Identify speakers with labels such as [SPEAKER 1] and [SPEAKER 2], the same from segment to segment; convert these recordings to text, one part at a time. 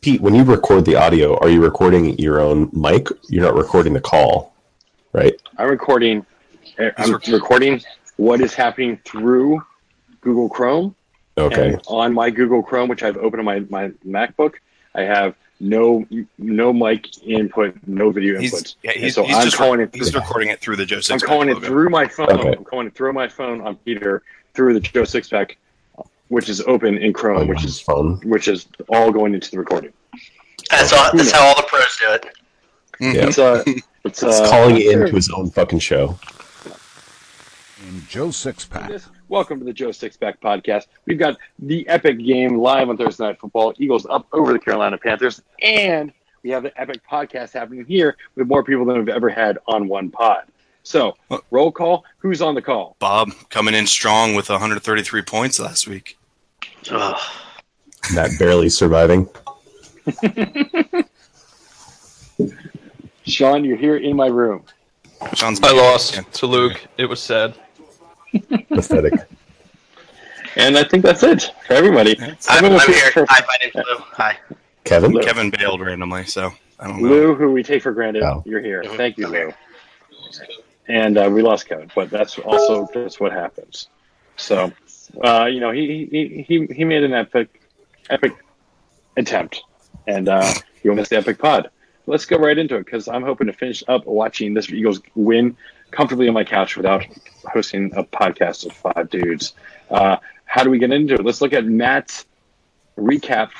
[SPEAKER 1] Pete, when you record the audio, are you recording your own mic? You're not recording the call, right?
[SPEAKER 2] I'm recording. eh, I'm recording what is happening through Google Chrome.
[SPEAKER 1] Okay.
[SPEAKER 2] And on my Google Chrome, which I've opened on my, my MacBook, I have no no mic input, no video input.
[SPEAKER 3] He's, yeah,
[SPEAKER 2] And
[SPEAKER 3] he's,
[SPEAKER 2] so
[SPEAKER 3] he's
[SPEAKER 2] I'm
[SPEAKER 3] just
[SPEAKER 2] calling it.
[SPEAKER 3] he's recording it through the Joe Sixpack
[SPEAKER 2] I'm calling it
[SPEAKER 3] logo.
[SPEAKER 2] through my phone.
[SPEAKER 1] Okay.
[SPEAKER 2] I'm calling it through my phone on Peter through the Joe Sixpack, which is open in
[SPEAKER 3] Oh,
[SPEAKER 2] Chrome,
[SPEAKER 1] On
[SPEAKER 2] which
[SPEAKER 1] his
[SPEAKER 2] is
[SPEAKER 1] phone.
[SPEAKER 2] which is all going into the recording.
[SPEAKER 4] That's all. That's how all the pros do it.
[SPEAKER 1] Yeah.
[SPEAKER 2] It's uh, it's,
[SPEAKER 1] It's
[SPEAKER 2] uh,
[SPEAKER 1] calling
[SPEAKER 2] sure.
[SPEAKER 1] into his own fucking show.
[SPEAKER 5] And Joe Sixpack.
[SPEAKER 2] Yes. Welcome to the Joe Sixpack podcast. We've got the epic game live on Thursday Night Football. Eagles up over the Carolina Panthers, and we have the epic podcast happening here with more people than we've ever had on one pod. So, roll call. Who's on the call?
[SPEAKER 3] Bob coming in strong with 133 points last week.
[SPEAKER 4] Ugh.
[SPEAKER 1] Matt barely surviving.
[SPEAKER 2] Sean, you're here in my room.
[SPEAKER 3] Sean's
[SPEAKER 6] I lost to Luke. It was sad.
[SPEAKER 1] Pathetic.
[SPEAKER 2] And I think that's it for everybody.
[SPEAKER 4] I'm,
[SPEAKER 2] Everyone
[SPEAKER 4] I'm
[SPEAKER 2] take-
[SPEAKER 4] here.
[SPEAKER 2] for
[SPEAKER 4] Hi, my name's Lou. Hi.
[SPEAKER 1] Kevin?
[SPEAKER 3] Kevin bailed randomly, so I don't know. Mm-hmm.
[SPEAKER 2] Lou, who we take for granted,
[SPEAKER 1] Oh.
[SPEAKER 2] you're here.
[SPEAKER 4] Mhm.
[SPEAKER 2] Thank you,
[SPEAKER 4] Okay.
[SPEAKER 2] Lou. And uh, we lost Kevin, but that's also just what happens. So, uh, you know, he he, he he made an epic epic attempt, and uh, you'll miss the epic pod. Let's go right into it because I'm hoping to finish up watching this Eagles win comfortably on my couch without hosting a podcast of five dudes. Uh, how do we get into it? Let's look at Matt's recap.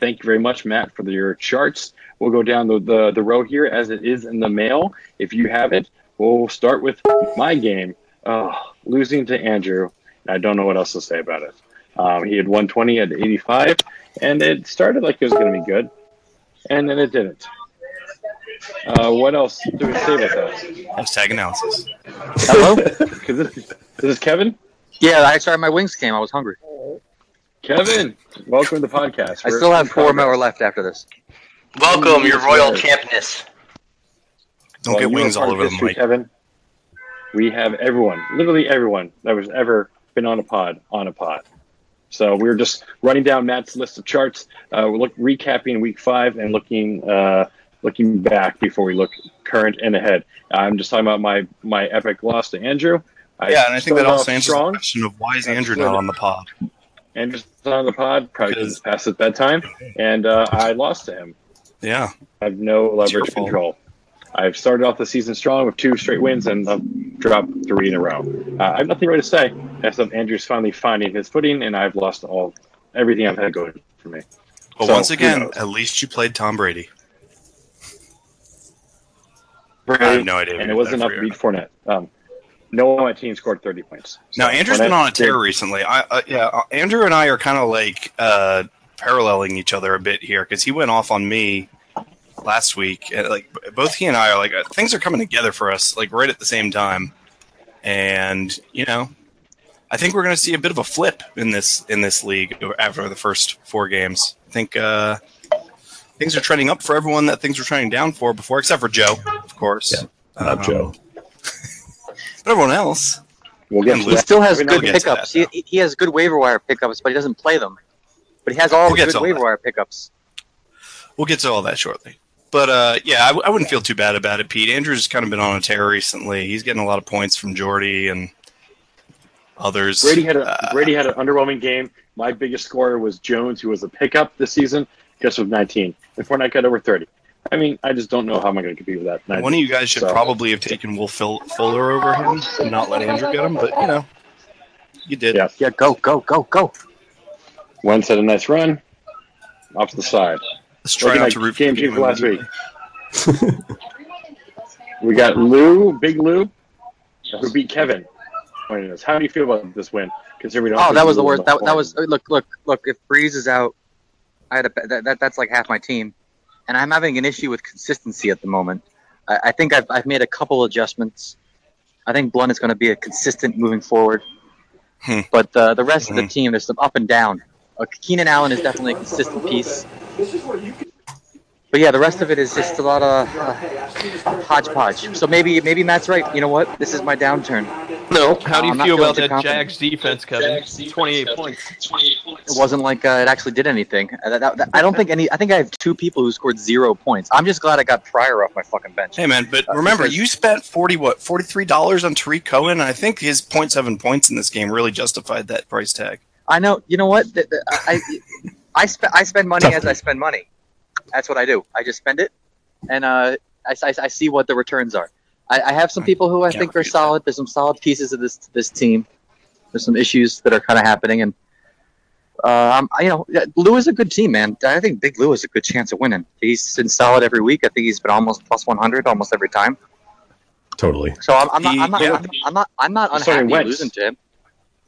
[SPEAKER 2] Thank you very much, Matt, for your charts. We'll go down the, the, the row here as it is in the mail. If you have it, we'll start with my game, oh, losing to Andrew. I don't know what else to say about it. Um, he had 120 at 85, and it started like it was going to be good, and then it didn't. Uh, what else do we say about that?
[SPEAKER 3] Hashtag analysis.
[SPEAKER 7] Hello?
[SPEAKER 2] 'Cause this, this is Kevin.
[SPEAKER 7] yeah, I sorry, my wings came. I was hungry.
[SPEAKER 2] Kevin, welcome to the podcast.
[SPEAKER 7] I
[SPEAKER 2] We're-
[SPEAKER 7] still have four more left after this.
[SPEAKER 4] Welcome, your royal
[SPEAKER 2] Ooh,
[SPEAKER 4] champness.
[SPEAKER 2] Well,
[SPEAKER 3] Don't get
[SPEAKER 2] you are
[SPEAKER 3] wings
[SPEAKER 2] part
[SPEAKER 3] all
[SPEAKER 2] of
[SPEAKER 3] over the
[SPEAKER 2] history,
[SPEAKER 3] mic.
[SPEAKER 2] Kevin. We have everyone, literally everyone that was ever been on a pod on a pod. So we are just running down Matt's list of charts. Uh, we're look, recapping week five and looking uh, looking back before we look current and ahead. I'm just talking about my my epic loss to Andrew.
[SPEAKER 3] Yeah, and I think
[SPEAKER 2] started
[SPEAKER 3] that
[SPEAKER 2] off
[SPEAKER 3] also answers the
[SPEAKER 2] strong.
[SPEAKER 3] question of why is
[SPEAKER 2] That's
[SPEAKER 3] Andrew
[SPEAKER 2] good.
[SPEAKER 3] not on the pod?
[SPEAKER 2] Andrew's not on the pod, probably 'cause
[SPEAKER 3] Because-
[SPEAKER 2] it's past his bedtime, and uh, I lost to him.
[SPEAKER 3] Yeah.
[SPEAKER 2] I have no
[SPEAKER 3] It's your
[SPEAKER 2] leverage
[SPEAKER 3] fault.
[SPEAKER 2] control. I've started off the season strong with two straight wins and I've dropped three in a row. Uh, I have nothing really to say except Andrew's finally finding his footing and I've lost all everything I've had going for me.
[SPEAKER 3] But
[SPEAKER 2] So,
[SPEAKER 3] once
[SPEAKER 2] who
[SPEAKER 3] again,
[SPEAKER 2] knows?
[SPEAKER 3] at least you played Tom Brady. I have no idea.
[SPEAKER 2] and
[SPEAKER 3] if he
[SPEAKER 2] it
[SPEAKER 3] did
[SPEAKER 2] wasn't
[SPEAKER 3] that
[SPEAKER 2] enough
[SPEAKER 3] for
[SPEAKER 2] to
[SPEAKER 3] you.
[SPEAKER 2] beat Fournette. Um, no one on my team scored 30 points.
[SPEAKER 3] Now Andrew's
[SPEAKER 2] when
[SPEAKER 3] been
[SPEAKER 2] I
[SPEAKER 3] on a tear
[SPEAKER 2] did-
[SPEAKER 3] recently. I uh, yeah, uh, Andrew and I are kind of like uh, paralleling each other a bit here because he went off on me last week. And, like b- both he and I are like uh, things are coming together for us like right at the same time, and you know, I think we're going to see a bit of a flip in this in this league after the first four games. I think uh, things are trending up for everyone that things were trending down for before, except for Joe, of course.
[SPEAKER 1] Yeah, Not
[SPEAKER 3] Um,
[SPEAKER 1] Joe.
[SPEAKER 3] But everyone else,
[SPEAKER 2] We'll get
[SPEAKER 3] and
[SPEAKER 2] to
[SPEAKER 7] He
[SPEAKER 2] that.
[SPEAKER 7] still has
[SPEAKER 2] We're not
[SPEAKER 7] good
[SPEAKER 3] gonna get to
[SPEAKER 7] pickups.
[SPEAKER 3] that,
[SPEAKER 7] He, he has good waiver wire pickups, but he doesn't play them. But he has all
[SPEAKER 3] We'll
[SPEAKER 7] the
[SPEAKER 3] get
[SPEAKER 7] good
[SPEAKER 3] to all
[SPEAKER 7] waiver
[SPEAKER 3] that.
[SPEAKER 7] wire pickups.
[SPEAKER 3] We'll get to all that shortly. But uh, yeah, I, w- I wouldn't feel too bad about it, Pete. Andrew's kind of been on a tear recently. He's getting a lot of points from Jordy and others.
[SPEAKER 2] Brady had a
[SPEAKER 3] Uh,
[SPEAKER 2] Brady had an underwhelming game. My biggest scorer was Jones, who was a pickup this season, just with 19. And Fournette got over 30. I mean, I just don't know how am I going to compete with that.
[SPEAKER 3] one of you guys should
[SPEAKER 2] So-
[SPEAKER 3] probably have taken Will Fil- Fuller over him and not let Andrew get him, but you know, you did.
[SPEAKER 2] Yeah.
[SPEAKER 7] Yeah, go, go, go, go.
[SPEAKER 2] One had a nice run off to the side.
[SPEAKER 3] Let's try
[SPEAKER 2] Looking
[SPEAKER 3] not
[SPEAKER 2] like
[SPEAKER 3] to root
[SPEAKER 2] James
[SPEAKER 3] for the
[SPEAKER 2] James last
[SPEAKER 3] women.
[SPEAKER 2] week. We got Lou, Big Lou, who beat Kevin. Joining us. How do you feel about this win? Considering we don't
[SPEAKER 7] Oh,
[SPEAKER 2] have
[SPEAKER 7] that was the
[SPEAKER 2] Lou
[SPEAKER 7] worst.
[SPEAKER 2] on
[SPEAKER 7] That, that
[SPEAKER 2] phone.
[SPEAKER 7] was look, look, look. If Breeze is out, I had a, that, that that's like half my team, and I'm having an issue with consistency at the moment. I, I think I've, I've made a couple adjustments. I think Blunt is going to be a consistent moving forward,
[SPEAKER 3] Hmm.
[SPEAKER 7] but uh, the rest of the team there's some up and down. Uh, Keenan Allen is definitely a consistent piece. But yeah, the rest of it is just a lot of uh, hodgepodge. So maybe maybe Matt's right. You know what? This is my downturn.
[SPEAKER 6] No. How do
[SPEAKER 7] I'm
[SPEAKER 6] you
[SPEAKER 7] not
[SPEAKER 6] feel
[SPEAKER 7] feeling
[SPEAKER 6] about
[SPEAKER 7] too
[SPEAKER 6] that
[SPEAKER 7] confident.
[SPEAKER 6] Jags defense, Kevin? 28 points.
[SPEAKER 7] it wasn't like uh, it actually did anything. Uh, that- that- that- I don't think any. I think I have two people who scored zero points. I'm just glad I got Pryor off my fucking bench.
[SPEAKER 3] Hey man, but
[SPEAKER 7] Uh,
[SPEAKER 3] remember
[SPEAKER 7] because-
[SPEAKER 3] you spent forty what forty three dollars on Tariq Cohen, and I think his 0.7 points in this game really justified that price tag.
[SPEAKER 7] I know. You know what? Th- th- I I, I, sp- I spend money as I spend money. That's what I do. I just spend it, and uh, I, I, I see what the returns are. I, I have
[SPEAKER 3] Hmm.
[SPEAKER 7] some people who I
[SPEAKER 3] Can't
[SPEAKER 7] think are
[SPEAKER 3] refute that.
[SPEAKER 7] solid. There's some solid pieces of this this team. There's some issues that are kind of happening, and um, I- you know, yeah, Lou is a good team, man. I think Big Lou is a good chance of winning. He's been solid every week. I think he's been almost plus 100 almost every time.
[SPEAKER 1] Totally.
[SPEAKER 7] So I'm, I'm, not, I'm, not,
[SPEAKER 3] He- yeah.
[SPEAKER 7] I'm, I'm not I'm not
[SPEAKER 2] He's starting
[SPEAKER 7] unhappy
[SPEAKER 2] Wentz.
[SPEAKER 7] losing to him.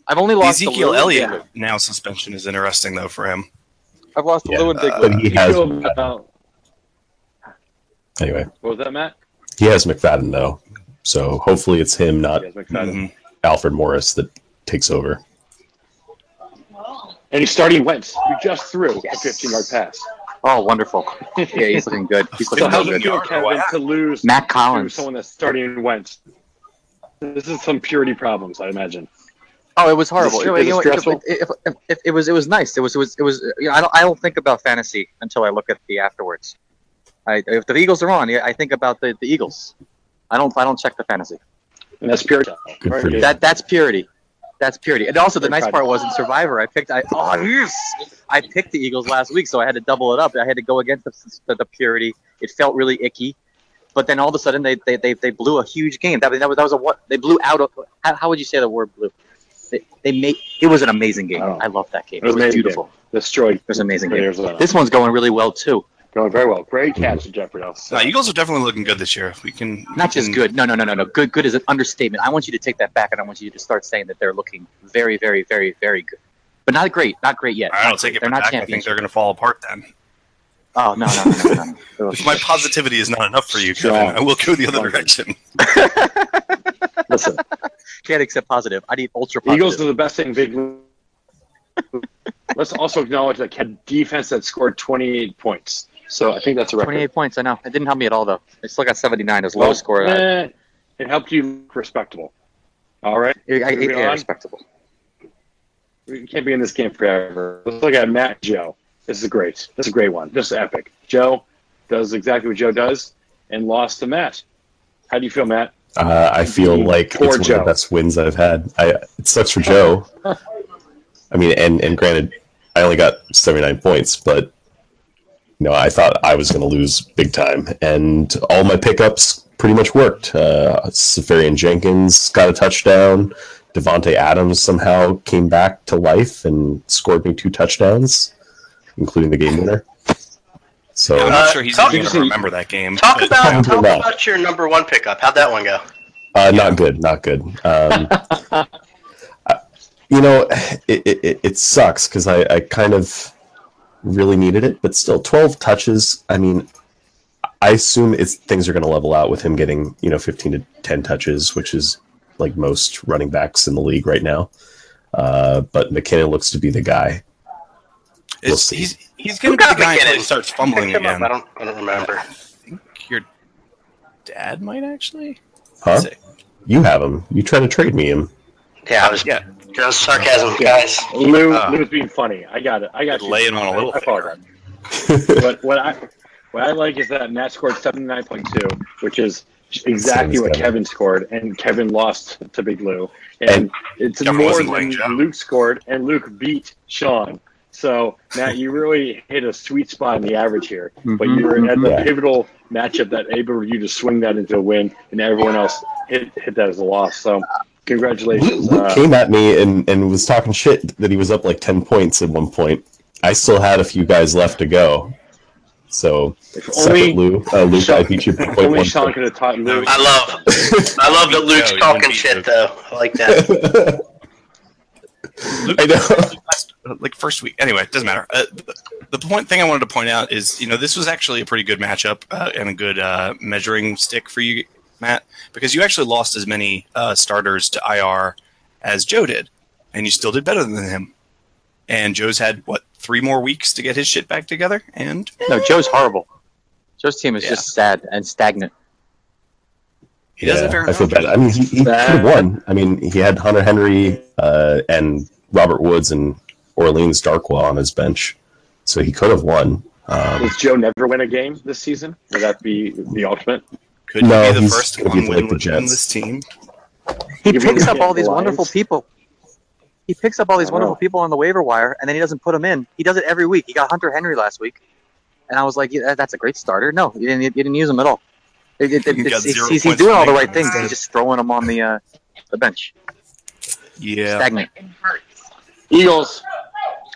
[SPEAKER 7] I've only lost to
[SPEAKER 3] Ezekiel
[SPEAKER 7] Lou and
[SPEAKER 3] Elliott
[SPEAKER 7] Big Lou.
[SPEAKER 3] now suspension is interesting though for him.
[SPEAKER 7] I've lost to
[SPEAKER 1] Yeah.
[SPEAKER 7] Lou and Big Lou.
[SPEAKER 1] But he
[SPEAKER 2] How
[SPEAKER 1] has
[SPEAKER 2] do you feel about
[SPEAKER 1] anyway.
[SPEAKER 2] what was that, Matt?
[SPEAKER 1] He has McFadden though, so hopefully it's him, not
[SPEAKER 2] Yes, McFadden.
[SPEAKER 3] Mhm.
[SPEAKER 1] Alfred Morris, that takes over.
[SPEAKER 2] And he's starting Wentz. You just threw
[SPEAKER 7] Yes.
[SPEAKER 2] a 15 yard pass.
[SPEAKER 7] Oh, wonderful. Yeah, he's looking good. He's
[SPEAKER 2] So
[SPEAKER 7] looking
[SPEAKER 2] how
[SPEAKER 7] real
[SPEAKER 2] does it
[SPEAKER 7] good.
[SPEAKER 2] feel,
[SPEAKER 3] Yard away.
[SPEAKER 2] Kevin, to lose
[SPEAKER 7] Matt
[SPEAKER 2] to
[SPEAKER 7] Collins.
[SPEAKER 2] someone that's starting Wentz? This is some purity problems, I imagine.
[SPEAKER 7] Oh, it was horrible.
[SPEAKER 2] Is it-
[SPEAKER 7] You know,
[SPEAKER 2] is it
[SPEAKER 7] you know,
[SPEAKER 2] stressful?
[SPEAKER 7] it- it- it- it- it was it was nice. It was it was it was. You know, I don't I don't think about fantasy until I look at the afterwards. I, if the Eagles are on, yeah, I think about the, the Eagles. I don't I don't check the fantasy.
[SPEAKER 2] And that's purity.
[SPEAKER 1] Good for you.
[SPEAKER 7] That that's purity. That's purity. And also the
[SPEAKER 2] Very
[SPEAKER 7] nice
[SPEAKER 2] proud
[SPEAKER 7] part
[SPEAKER 2] of
[SPEAKER 7] was in Survivor, I picked I oh yes, I picked the Eagles last week, so I had to double it up. I had to go against the, the, the purity. It felt really icky, but then all of a sudden they they, they, they blew a huge game. That, was- that was that was a what they blew out. Of, how, how would you say the word blew? They, they made it was an amazing game.
[SPEAKER 2] Oh.
[SPEAKER 7] I love that game.
[SPEAKER 2] It was
[SPEAKER 7] It
[SPEAKER 2] amazing
[SPEAKER 7] was beautiful.
[SPEAKER 2] Destroyed.
[SPEAKER 7] It was an amazing
[SPEAKER 2] Great
[SPEAKER 7] game.
[SPEAKER 2] Arizona.
[SPEAKER 7] This one's going really well too.
[SPEAKER 2] Going very well. Great catch, Jeffrey.
[SPEAKER 3] No, Eagles are definitely looking good this year. We can
[SPEAKER 7] Not just
[SPEAKER 3] Mm.
[SPEAKER 7] good. No, no, no, no, no. Good, good is an understatement. I want you to take that back, and I want you to start saying that they're looking very, very, very, very good, but not great, not great yet.
[SPEAKER 3] I don't take it
[SPEAKER 7] They're not
[SPEAKER 3] back. I think
[SPEAKER 7] champions.
[SPEAKER 3] they're going to fall apart then.
[SPEAKER 7] Oh no, no, no, no, no.
[SPEAKER 3] If my positivity is not enough for you, Kevin,
[SPEAKER 2] Strong.
[SPEAKER 3] I will go the other
[SPEAKER 2] Strong.
[SPEAKER 3] direction.
[SPEAKER 2] Listen,
[SPEAKER 7] Can't accept positive. I need ultra positive.
[SPEAKER 2] Eagles are the best thing big. Let's also acknowledge that had defense that scored 28 points. So I think that's a record.
[SPEAKER 7] Twenty-eight Oh. points. I know. It didn't help me at all, though. I still got seventy-nine. as low
[SPEAKER 2] Well,
[SPEAKER 7] score. I,
[SPEAKER 2] eh, it helped you look respectable. All right.
[SPEAKER 7] I, I,
[SPEAKER 2] moving
[SPEAKER 7] yeah,
[SPEAKER 2] on.
[SPEAKER 7] respectable.
[SPEAKER 2] We can't be in this game forever. Let's look at Matt Joe. This is great. This is a great one. This is epic. Joe does exactly what Joe does and lost to Matt. How do you feel, Matt?
[SPEAKER 1] Uh, I feel like
[SPEAKER 2] Poor
[SPEAKER 1] it's one of
[SPEAKER 2] Joe.
[SPEAKER 1] the best wins I've had. I, it sucks for Joe. I mean, and and granted, I only got seventy nine points, but you know, I thought I was going to lose big time, and all my pickups pretty much worked. Uh, Safarian Jenkins got a touchdown. Devonte Adams somehow came back to life and scored me two touchdowns, including the game winner. So
[SPEAKER 3] I'm
[SPEAKER 4] Uh,
[SPEAKER 3] not sure he's
[SPEAKER 4] talk-
[SPEAKER 3] even going to remember that game.
[SPEAKER 4] Talk
[SPEAKER 3] but-
[SPEAKER 4] about
[SPEAKER 1] Probably
[SPEAKER 4] talk
[SPEAKER 1] not.
[SPEAKER 4] about your number one pickup. How'd that one go?
[SPEAKER 1] Uh, not good, not good. Um, I- you know, it, it, it- it sucks because I, I kind of really needed it, but still, 12 touches. I mean, I assume it's things are going to level out with him getting, you know, 15 to 10 touches, which is like most running backs in the league right now. Uh, but McKinnon looks to be the guy. We'll
[SPEAKER 3] It's,
[SPEAKER 1] see.
[SPEAKER 3] he's he's
[SPEAKER 4] Who
[SPEAKER 3] going to be
[SPEAKER 4] got
[SPEAKER 3] the guy
[SPEAKER 4] McKinnon?
[SPEAKER 3] until he starts fumbling
[SPEAKER 4] Picked him up.
[SPEAKER 3] again.
[SPEAKER 4] I don't, I don't remember.
[SPEAKER 3] Your dad might actually.
[SPEAKER 1] Huh?
[SPEAKER 3] Sick.
[SPEAKER 1] You have him. You try to trade me him.
[SPEAKER 4] Yeah, I was.
[SPEAKER 3] Yeah.
[SPEAKER 4] That was sarcasm, guys.
[SPEAKER 2] Lou,
[SPEAKER 3] Ah.
[SPEAKER 2] Lou's being funny. I got it. I got
[SPEAKER 3] Could
[SPEAKER 2] you.
[SPEAKER 3] lay it on a little
[SPEAKER 2] I apologize. but what I what I like is that Matt scored seventy nine point two, which is exactly
[SPEAKER 1] Sounds
[SPEAKER 2] what
[SPEAKER 1] good.
[SPEAKER 2] Kevin scored, and Kevin lost to Big Lou, and,
[SPEAKER 1] And-
[SPEAKER 2] it's
[SPEAKER 3] Kevin
[SPEAKER 2] more
[SPEAKER 3] wasn't
[SPEAKER 2] than
[SPEAKER 3] playing Joe.
[SPEAKER 2] Luke scored, and Luke beat Sean. So Matt, you really hit a sweet spot in the average here, but
[SPEAKER 7] Mhm.
[SPEAKER 2] you're at the
[SPEAKER 1] Yeah.
[SPEAKER 2] pivotal matchup that able you to swing that into a win, and everyone else hit hit that as a loss. So
[SPEAKER 1] Luke,
[SPEAKER 2] congratulations.
[SPEAKER 1] Luke
[SPEAKER 2] uh,
[SPEAKER 1] came at me and, and was talking shit that he was up like 10 points at one point. I still had a few guys left to go. So,
[SPEAKER 2] if
[SPEAKER 1] suck it,
[SPEAKER 2] only,
[SPEAKER 1] Lou. Uh, Luke, I beat you by point
[SPEAKER 2] only
[SPEAKER 1] one.
[SPEAKER 2] Sean could have taught Lou.
[SPEAKER 4] I love, I love that Luke's
[SPEAKER 3] No, you
[SPEAKER 4] talking
[SPEAKER 3] didn't
[SPEAKER 4] shit
[SPEAKER 3] beat
[SPEAKER 4] though. I like that.
[SPEAKER 3] Luke,
[SPEAKER 1] I know.
[SPEAKER 3] last- like first week. Anyway, it doesn't matter. Uh, the- the point thing I wanted to point out is, you know, this was actually a pretty good matchup uh, and a good uh, measuring stick for you, Matt, because you actually lost as many uh, starters to IR as Joe did, and you still did better than him. And Joe's had what three more weeks to get his shit back together, and
[SPEAKER 7] No, Joe's horrible. Joe's team is
[SPEAKER 3] Yeah.
[SPEAKER 7] just sad and stagnant.
[SPEAKER 3] he doesn't.
[SPEAKER 1] I feel bad. I mean, he, he could
[SPEAKER 2] That-
[SPEAKER 1] have won. I mean, he had Hunter Henry uh, and Robert Woods and Orleans Darkwa on his bench, so he could have won. Um,
[SPEAKER 2] Does Joe never win a game this season? Would that be the ultimate?
[SPEAKER 3] Could
[SPEAKER 1] No,
[SPEAKER 3] you be the
[SPEAKER 1] he's
[SPEAKER 3] first
[SPEAKER 1] gonna be
[SPEAKER 3] one
[SPEAKER 1] like
[SPEAKER 3] win
[SPEAKER 1] the
[SPEAKER 3] within
[SPEAKER 1] Jets.
[SPEAKER 3] this team?
[SPEAKER 7] He
[SPEAKER 2] Even
[SPEAKER 7] picks
[SPEAKER 2] if
[SPEAKER 7] up
[SPEAKER 2] you
[SPEAKER 7] all
[SPEAKER 2] get
[SPEAKER 7] these
[SPEAKER 2] Lions?
[SPEAKER 7] wonderful people. He picks up all these
[SPEAKER 2] I
[SPEAKER 7] wonderful
[SPEAKER 2] know.
[SPEAKER 7] people on the waiver wire, and then he doesn't put them in. He does it every week. He got Hunter Henry last week, and I was like, yeah, "That's a great starter." No, you didn't. You didn't use him at all. It, it,
[SPEAKER 3] You
[SPEAKER 7] it's-
[SPEAKER 3] got
[SPEAKER 7] he's-
[SPEAKER 3] zero
[SPEAKER 7] he's, he's
[SPEAKER 3] points
[SPEAKER 7] doing
[SPEAKER 3] for
[SPEAKER 7] all the
[SPEAKER 3] making
[SPEAKER 7] right
[SPEAKER 3] him
[SPEAKER 7] things.
[SPEAKER 3] instead.
[SPEAKER 7] He's just throwing them on the uh, the bench.
[SPEAKER 3] Yeah.
[SPEAKER 7] Stagnant.
[SPEAKER 2] Eagles.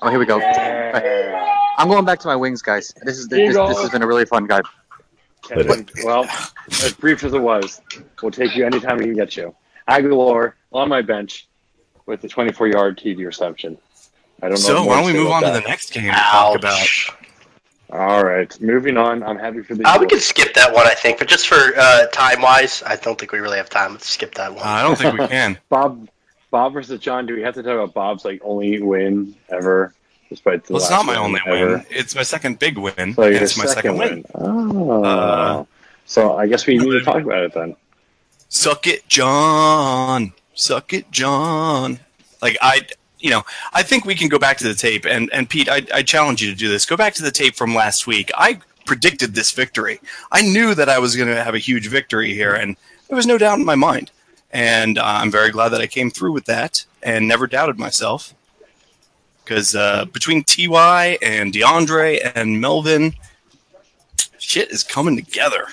[SPEAKER 7] Oh, here we go.
[SPEAKER 2] Yeah.
[SPEAKER 7] I'm going back to my wings, guys. This is this, this has been a really fun guy.
[SPEAKER 2] Kevin, well, as brief as it was, we'll take you anytime we can get you. Aguilar on my bench with the 24 yard TD reception. I don't know.
[SPEAKER 3] So
[SPEAKER 2] what more
[SPEAKER 3] why don't we
[SPEAKER 2] say
[SPEAKER 3] move
[SPEAKER 2] about
[SPEAKER 3] on to
[SPEAKER 2] that.
[SPEAKER 3] the next game to talk about?
[SPEAKER 4] Ouch.
[SPEAKER 2] All right, moving on. I'm happy for the.
[SPEAKER 4] Uh, we
[SPEAKER 2] Eagles.
[SPEAKER 4] could skip that one, I think, but just for uh, time wise, I don't think we really have time. Let's skip that one.
[SPEAKER 3] uh, I don't think we can.
[SPEAKER 2] Bob, Bob versus John. Do we have to talk about Bob's like only win ever? Despite the
[SPEAKER 3] Well, it's
[SPEAKER 2] last
[SPEAKER 3] not my only
[SPEAKER 2] ever.
[SPEAKER 3] win. It's my second big win. and
[SPEAKER 2] So your
[SPEAKER 3] it's my second, win.
[SPEAKER 2] Oh.
[SPEAKER 3] Uh,
[SPEAKER 2] so I guess we need to talk about it then.
[SPEAKER 3] Suck it, John. Suck it, John. Like I, you know, I think we can go back to the tape. And and Pete, I, I challenge you to do this. Go back to the tape from last week. I predicted this victory. I knew that I was going to have a huge victory here, and there was no doubt in my mind. And uh, I'm very glad that I came through with that and never doubted myself. Because uh, between Ty and DeAndre and Melvin, shit is coming together.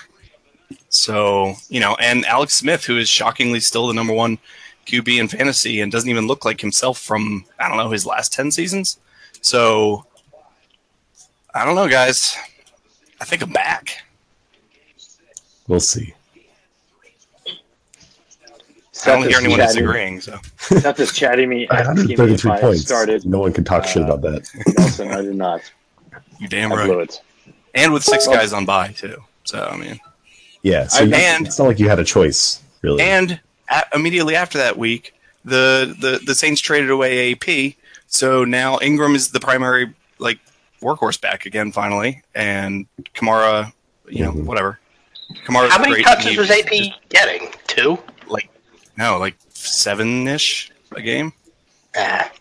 [SPEAKER 3] So, you know, and Alex Smith, who is shockingly still the number one QB in fantasy and doesn't even look like himself from, I don't know, his last 10 seasons. So, I don't know, guys. I think I'm back.
[SPEAKER 1] we'll see.
[SPEAKER 3] I don't hear
[SPEAKER 2] is
[SPEAKER 3] anyone
[SPEAKER 2] chatting-
[SPEAKER 3] disagreeing. So,
[SPEAKER 2] Seth is chatting me asking me if
[SPEAKER 1] 133
[SPEAKER 2] I
[SPEAKER 1] points.
[SPEAKER 2] started.
[SPEAKER 1] No one can talk shit
[SPEAKER 2] uh,
[SPEAKER 1] about that.
[SPEAKER 2] Nelson, I did not.
[SPEAKER 3] you damn
[SPEAKER 2] I blew
[SPEAKER 3] right.
[SPEAKER 2] it.
[SPEAKER 3] And with six guys on by, too. So, I mean,
[SPEAKER 1] Yeah, so
[SPEAKER 3] I-
[SPEAKER 1] you-
[SPEAKER 3] and-
[SPEAKER 1] it's not like you had a choice, really.
[SPEAKER 3] and a- immediately after that week, the, the, the Saints traded away AP. So now Ingram is the primary, like, workhorse back again, finally. And Kamara, you know,
[SPEAKER 1] Mhm.
[SPEAKER 3] whatever. Kamara's
[SPEAKER 4] How many
[SPEAKER 3] great.
[SPEAKER 4] touches
[SPEAKER 3] He
[SPEAKER 4] was AP
[SPEAKER 3] just-
[SPEAKER 4] getting? Two?
[SPEAKER 3] No, like seven ish a game.
[SPEAKER 4] Ah.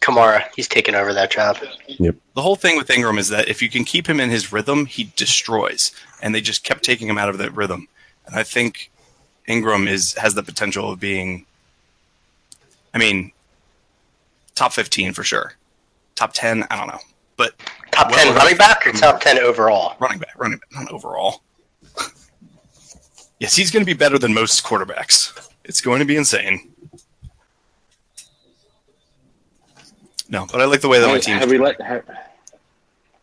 [SPEAKER 4] Kamara, he's taking over that job.
[SPEAKER 3] The whole thing with Ingram is that if you can keep him in his rhythm, he destroys. And they just kept taking him out of that rhythm. And I think Ingram is has the potential of being, I mean, top fifteen for sure, top ten. I don't know, but
[SPEAKER 4] Top
[SPEAKER 3] Well,
[SPEAKER 4] ten running back or
[SPEAKER 2] um,
[SPEAKER 4] top ten overall?
[SPEAKER 3] running back, running back, not overall. yes, he's going to be better than most quarterbacks. It's going to be insane. No, but I like the way that my
[SPEAKER 2] Have,
[SPEAKER 3] team.
[SPEAKER 2] have we let have,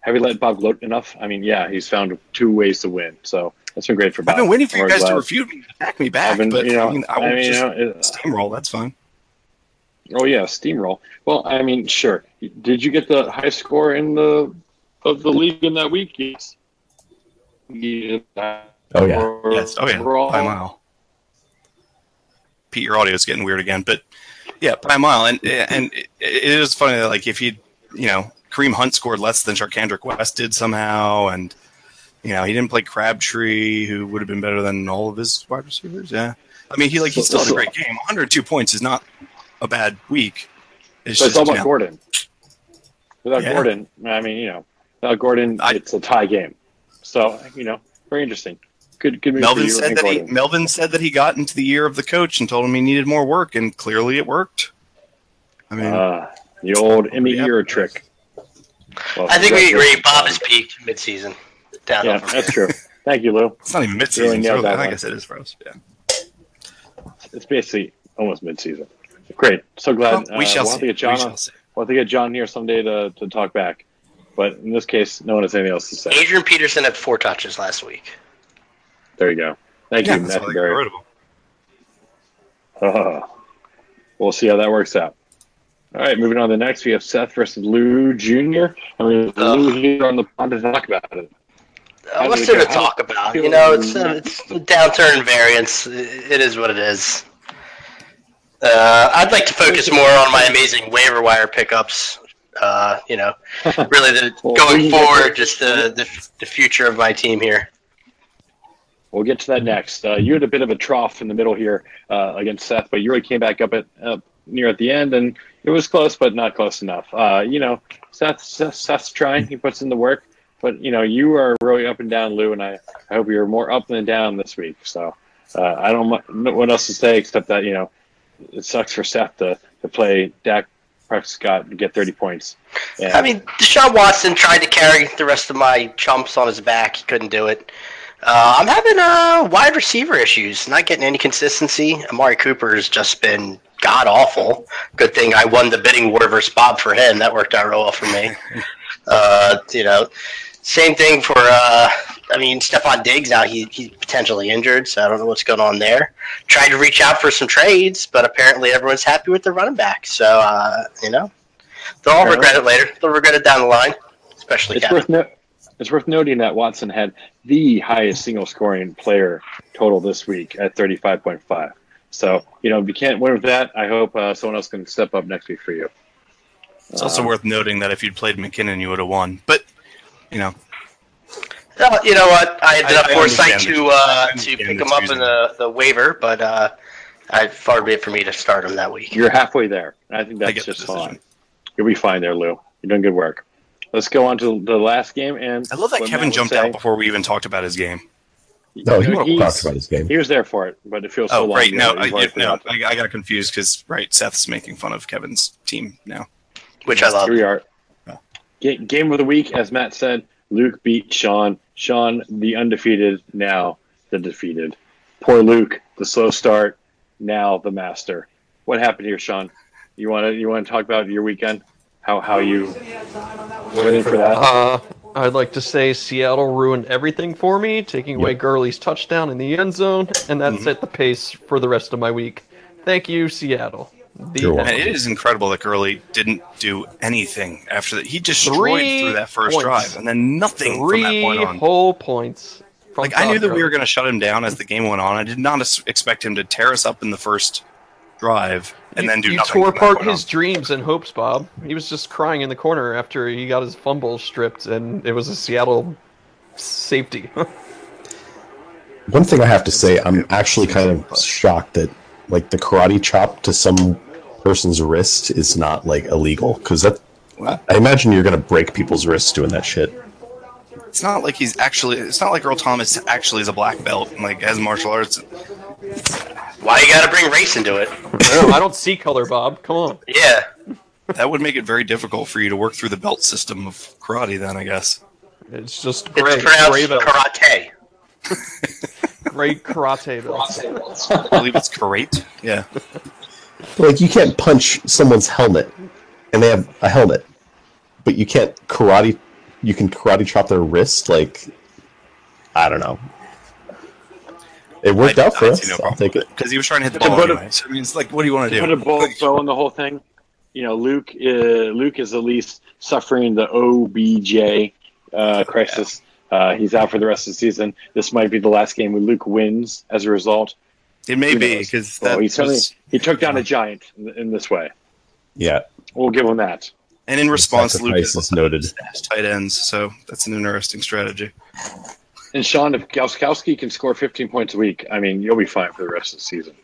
[SPEAKER 2] have we let Bob gloat enough? I mean, yeah, he's found two ways to win, so that's been great for Bob.
[SPEAKER 3] I've been waiting for you
[SPEAKER 2] We're
[SPEAKER 3] guys
[SPEAKER 2] glad.
[SPEAKER 3] to refute me, attack me back,
[SPEAKER 2] I've been,
[SPEAKER 3] but
[SPEAKER 2] you know,
[SPEAKER 3] I mean, I will
[SPEAKER 2] mean, you
[SPEAKER 3] just
[SPEAKER 2] know, it-
[SPEAKER 3] steamroll. That's fine.
[SPEAKER 2] Oh yeah, steamroll. Well, I mean, sure. Did you get the high score in the of the league in that week? Yes.
[SPEAKER 1] oh yeah,
[SPEAKER 3] Yes. Oh yeah. By a mile. Pete, your audio is getting weird again, but yeah, by a mile, and and it, it is funny that like if you you know Kareem Hunt scored less than Sharkandrick West did somehow, and you know he didn't play Crabtree, who would have been better than all of his wide receivers. Yeah, I mean he like he still had a great game. 102 points is not a bad week. It's
[SPEAKER 2] But it's
[SPEAKER 3] just
[SPEAKER 2] all
[SPEAKER 3] you
[SPEAKER 2] about
[SPEAKER 3] know,
[SPEAKER 2] Gordon. Without
[SPEAKER 3] Yeah.
[SPEAKER 2] Gordon, I mean, you know, without Gordon,
[SPEAKER 3] I-
[SPEAKER 2] it's a tie game. So you know, very interesting. Good, good. move for
[SPEAKER 3] Melvin
[SPEAKER 2] you
[SPEAKER 3] said
[SPEAKER 2] and
[SPEAKER 3] that he
[SPEAKER 2] Gordon.
[SPEAKER 3] Melvin said that he got into the ear of the coach and told him he needed more work, and clearly it worked. I mean,
[SPEAKER 2] Ah, the old in the
[SPEAKER 3] Oh, Yeah.
[SPEAKER 2] ear trick. Well,
[SPEAKER 4] I think we agree.
[SPEAKER 2] congratulations,
[SPEAKER 4] Bob is peaked midseason. Down
[SPEAKER 2] Yeah,
[SPEAKER 4] over.
[SPEAKER 2] that's true. Thank you, Lou.
[SPEAKER 3] it's not even midseason.
[SPEAKER 2] Really
[SPEAKER 3] it's
[SPEAKER 2] nailed
[SPEAKER 3] really-
[SPEAKER 2] that
[SPEAKER 3] I
[SPEAKER 2] one.
[SPEAKER 3] guess it is for us. Yeah.
[SPEAKER 2] It's basically almost mid-season. Great. So glad
[SPEAKER 3] Well, we
[SPEAKER 2] uh,
[SPEAKER 3] shall
[SPEAKER 2] we'll have
[SPEAKER 3] see.
[SPEAKER 2] to
[SPEAKER 3] We
[SPEAKER 2] get John.
[SPEAKER 3] shall
[SPEAKER 2] on-
[SPEAKER 3] see.
[SPEAKER 2] We'll have to get John here someday to, to talk back. But in this case, no one has anything else to say.
[SPEAKER 4] Adrian Peterson had four touches last week.
[SPEAKER 2] There you go. Thank
[SPEAKER 3] Yeah,
[SPEAKER 2] you,
[SPEAKER 3] that's
[SPEAKER 2] Matthew
[SPEAKER 3] why they got
[SPEAKER 2] Berry.
[SPEAKER 3] rid of him.
[SPEAKER 2] Uh, we'll see how that works out. All right, moving on to the next. We have Seth versus Lou Jr. I mean,
[SPEAKER 4] Ugh.
[SPEAKER 2] Lou here on the pond to talk about it.
[SPEAKER 4] Uh, what's
[SPEAKER 2] How do
[SPEAKER 4] there
[SPEAKER 2] we
[SPEAKER 4] to
[SPEAKER 2] go?
[SPEAKER 4] talk about? You know, it's uh, it's downturn variance. It is what it is. Uh, I'd like to focus more on my amazing waiver wire pickups. Uh, you know, really the
[SPEAKER 2] Well, we-
[SPEAKER 4] going forward, just the, the the future of my team here.
[SPEAKER 2] We'll get to that next. Uh, you had a bit of a trough in the middle here uh, against Seth, but you really came back up at uh, near at the end, and It was close, but not close enough. Uh, you know, Seth, Seth, Seth's trying. He puts in the work, but you know, you are really up and down, Lou, and I, I hope you're more up than down this week. So uh, I don't know what else to say except that you know, it sucks for Seth to, to play Dak Prescott and get 30 points. And
[SPEAKER 4] I mean, Deshaun Watson tried to carry the rest of my chumps on his back. He couldn't do it. Uh, I'm having uh, wide receiver issues, not getting any consistency. Amari Cooper has just been god awful. Good thing I won the bidding war versus Bob for him. That worked out real well for me. uh, you know, same thing for, uh, I mean, Stephon Diggs now, he, he's potentially injured, so I don't know what's going on there. Tried to reach out for some trades, but apparently everyone's happy with the running back. So, uh, you know, they'll all regret it later. They'll regret it down the line, especially
[SPEAKER 2] it's
[SPEAKER 4] Kevin.
[SPEAKER 2] worth no- it's worth noting that Watson had the highest single scoring player total this week at 35.5. So, you know, if you can't win with that, I hope uh, someone else can step up next week for you.
[SPEAKER 3] It's also
[SPEAKER 2] Um,
[SPEAKER 3] worth noting that if you'd played McKinnon, you would have won. But you know,
[SPEAKER 4] Well, you know what? I had
[SPEAKER 3] I-
[SPEAKER 4] enough
[SPEAKER 3] I
[SPEAKER 4] foresight
[SPEAKER 3] understand
[SPEAKER 4] to
[SPEAKER 3] the- I
[SPEAKER 4] uh, to
[SPEAKER 3] understand
[SPEAKER 4] pick
[SPEAKER 3] the
[SPEAKER 4] him up in
[SPEAKER 3] choosing.
[SPEAKER 4] the, the waiver, but uh, I far be it for me to start him that week.
[SPEAKER 2] You're halfway there. And I think
[SPEAKER 3] I
[SPEAKER 2] that's
[SPEAKER 3] get the
[SPEAKER 2] just
[SPEAKER 3] decision.
[SPEAKER 2] fine. You'll be fine there, Lou. You're doing good work. Let's go on to the last game. And
[SPEAKER 3] I love that
[SPEAKER 2] what
[SPEAKER 3] Kevin
[SPEAKER 2] Matt would
[SPEAKER 3] jumped
[SPEAKER 2] say-
[SPEAKER 3] out before we even talked about his game.
[SPEAKER 1] No, he
[SPEAKER 2] He's-
[SPEAKER 1] talked about his game.
[SPEAKER 2] He was there for it, but it feels so
[SPEAKER 3] Oh,
[SPEAKER 2] long.
[SPEAKER 3] right.
[SPEAKER 2] ago
[SPEAKER 3] No,
[SPEAKER 2] that
[SPEAKER 3] I,
[SPEAKER 2] you've already
[SPEAKER 3] yeah, no,
[SPEAKER 2] forgotten.
[SPEAKER 3] I, I got confused because right, Seth's making fun of Kevin's team now.
[SPEAKER 4] Which I love.
[SPEAKER 2] Here we are. Ga- Game of the week, as Matt said, Luke beat Sean. Sean, the undefeated, now the defeated. Poor Luke, the slow start, now the master. What happened here, Sean? You want to you want to talk about your weekend? How how you waiting for that?
[SPEAKER 6] Uh, I'd like to say Seattle ruined everything for me, taking away Gurley's touchdown in the end zone, and that set the pace for the rest of my week. Thank you, Seattle. The
[SPEAKER 1] You're
[SPEAKER 6] end.
[SPEAKER 3] And it is incredible that Gurley didn't do anything after that. He destroyed
[SPEAKER 6] Three
[SPEAKER 3] through that first
[SPEAKER 6] points.
[SPEAKER 3] drive, and then nothing from that point
[SPEAKER 6] Three
[SPEAKER 3] on.
[SPEAKER 6] whole points. From
[SPEAKER 3] Like I knew
[SPEAKER 6] Todd
[SPEAKER 3] that we
[SPEAKER 6] Gurley.
[SPEAKER 3] were going to shut him down as the game went on. I did not as- expect him to tear us up in the first drive and
[SPEAKER 6] you,
[SPEAKER 3] then do
[SPEAKER 6] you
[SPEAKER 3] nothing.
[SPEAKER 6] tore
[SPEAKER 3] from that
[SPEAKER 6] apart
[SPEAKER 3] point on.
[SPEAKER 6] his dreams and hopes, Bob. He was just crying in the corner after he got his fumble stripped, and it was a Seattle safety.
[SPEAKER 1] One thing I have to say, I'm actually kind of shocked that like the karate chop to some person's wrist is not like illegal because that. I I imagine you're gonna break people's wrists doing that shit.
[SPEAKER 3] it's not like he's actually it's not like earl thomas actually is a black belt and like has martial arts
[SPEAKER 4] Why you gotta bring race into it?
[SPEAKER 6] I don't see color, Bob. Come on.
[SPEAKER 4] Yeah.
[SPEAKER 3] that would make it very difficult for you to work through the belt system of karate then i guess
[SPEAKER 6] It's just
[SPEAKER 4] It's
[SPEAKER 6] great. Gray
[SPEAKER 4] pronounced
[SPEAKER 6] belts.
[SPEAKER 4] karate.
[SPEAKER 6] Great karate belts.
[SPEAKER 3] i believe it's karate yeah
[SPEAKER 1] Like you can't punch someone's helmet, and they have a helmet, but you can't karate. You can karate chop their wrist. Like I don't know. It worked out for us. I'll take it.
[SPEAKER 3] because he was trying to hit the
[SPEAKER 2] To
[SPEAKER 3] ball
[SPEAKER 2] put a-
[SPEAKER 3] anyway. So, I mean, it's like, what do you want to
[SPEAKER 2] To
[SPEAKER 3] do?
[SPEAKER 2] put a bold bow on the whole thing, you know, Luke uh, Luke is at least suffering the OBJ uh, crisis. Uh, he's out for the rest of the season. This might be the last game where Luke wins as a result.
[SPEAKER 3] it may
[SPEAKER 2] who
[SPEAKER 3] be
[SPEAKER 2] knows?
[SPEAKER 3] because
[SPEAKER 2] Well,
[SPEAKER 3] that
[SPEAKER 2] he certainly
[SPEAKER 3] was,
[SPEAKER 2] he took down a giant in, in this way.
[SPEAKER 1] Yeah.
[SPEAKER 2] We'll give him that.
[SPEAKER 3] and in response, Luke
[SPEAKER 1] sacrifice
[SPEAKER 3] is
[SPEAKER 1] is noted.
[SPEAKER 3] tight ends. So that's an interesting strategy.
[SPEAKER 2] And Sean, if Gauskowski can score 15 points a week, I mean, you'll be fine for the rest of the season.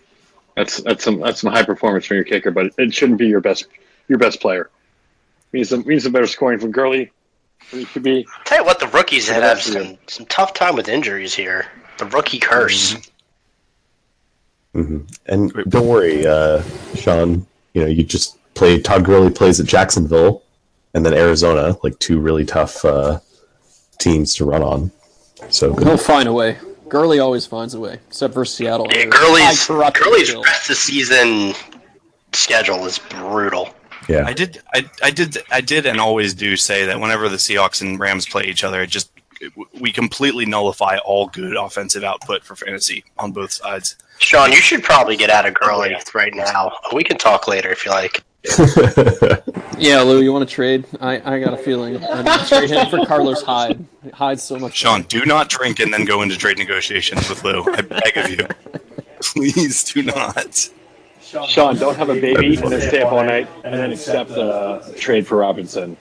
[SPEAKER 2] That's that's some that's some high performance from your kicker, but it shouldn't be your best your best player. We need some we need some better scoring from Gurley. From QB.
[SPEAKER 4] Tell you what, the rookies
[SPEAKER 2] Yeah,
[SPEAKER 4] had have
[SPEAKER 2] that's
[SPEAKER 4] some, some tough time with injuries here. The rookie curse.
[SPEAKER 1] hmm And don't worry, uh, Sean. You know, you just play. Todd Gurley plays at Jacksonville, and then Arizona, like two really tough uh, teams to run on. So
[SPEAKER 8] He'll find a way. Gurley always finds a way, except for Seattle.
[SPEAKER 4] Yeah, Gurley's,
[SPEAKER 8] I corrupt
[SPEAKER 4] Gurley's
[SPEAKER 8] Bill.
[SPEAKER 4] rest of season schedule is brutal.
[SPEAKER 1] yeah,
[SPEAKER 3] I did, I, I did, I did, and always do say that whenever the Seahawks and Rams play each other, it just we completely nullify all good offensive output for fantasy on both sides.
[SPEAKER 4] Sean, you should probably get out of Gurley right now. We can talk later if you like.
[SPEAKER 8] Yeah, Lou, you want to trade? I, I got a feeling I need to trade him for Carlos Hyde. Hyde's so much.
[SPEAKER 3] Sean, do not drink and then go into trade negotiations with Lou. I beg of you. Please do not.
[SPEAKER 2] Sean, don't have a baby and then stay up all night and then accept the trade for Robinson.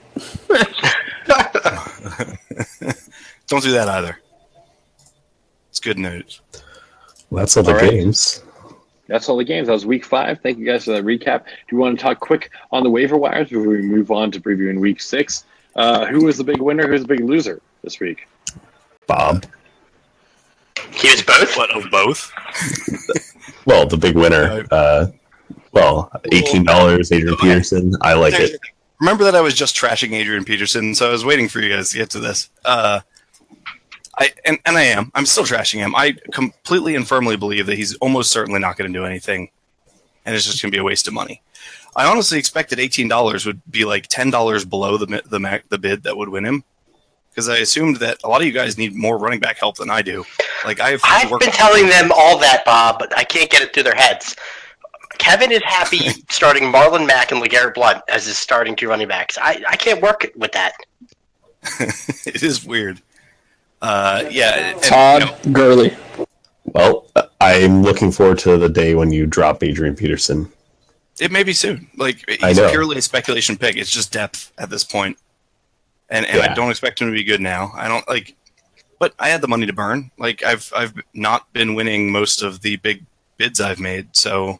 [SPEAKER 3] Don't do that either. It's good news.
[SPEAKER 1] well, that's all the
[SPEAKER 2] All right.
[SPEAKER 1] games.
[SPEAKER 2] That's all the games. That was week five. Thank you guys for that recap. Do you want to talk quick on the waiver wires before we move on to previewing week six? Uh, who was the big winner? Who's the big loser this week?
[SPEAKER 1] Bob.
[SPEAKER 4] He was both.
[SPEAKER 3] What of both?
[SPEAKER 1] Well, the big winner. Uh, well, eighteen dollars, Adrian Peterson. I like it.
[SPEAKER 3] Remember that I was just trashing Adrian Peterson, so I was waiting for you guys to get to this. Uh, I and, and I am. I'm still trashing him. I completely and firmly believe that he's almost certainly not going to do anything, and it's just going to be a waste of money. I honestly expected eighteen dollars would be like ten dollars below the mi- the mac, the bid that would win him, because I assumed that a lot of you guys need more running back help than I do. Like I've
[SPEAKER 4] I've been telling them all that, Bob, but I can't get it through their heads. Kevin is happy starting Marlon Mack and LeGarrette Blunt as his starting two running backs. I, I can't work with that.
[SPEAKER 3] it is weird. Uh, yeah, and,
[SPEAKER 8] Todd
[SPEAKER 3] you know,
[SPEAKER 8] Gurley.
[SPEAKER 1] Well, uh, I'm looking forward to the day when you drop Adrian Peterson.
[SPEAKER 3] it may be soon. Like
[SPEAKER 1] I
[SPEAKER 3] he's
[SPEAKER 1] know.
[SPEAKER 3] purely a speculation pick. It's just depth at this point, and and
[SPEAKER 1] Yeah.
[SPEAKER 3] I don't expect him to be good now. I don't like, but I had the money to burn. Like I've I've not been winning most of the big bids I've made. So,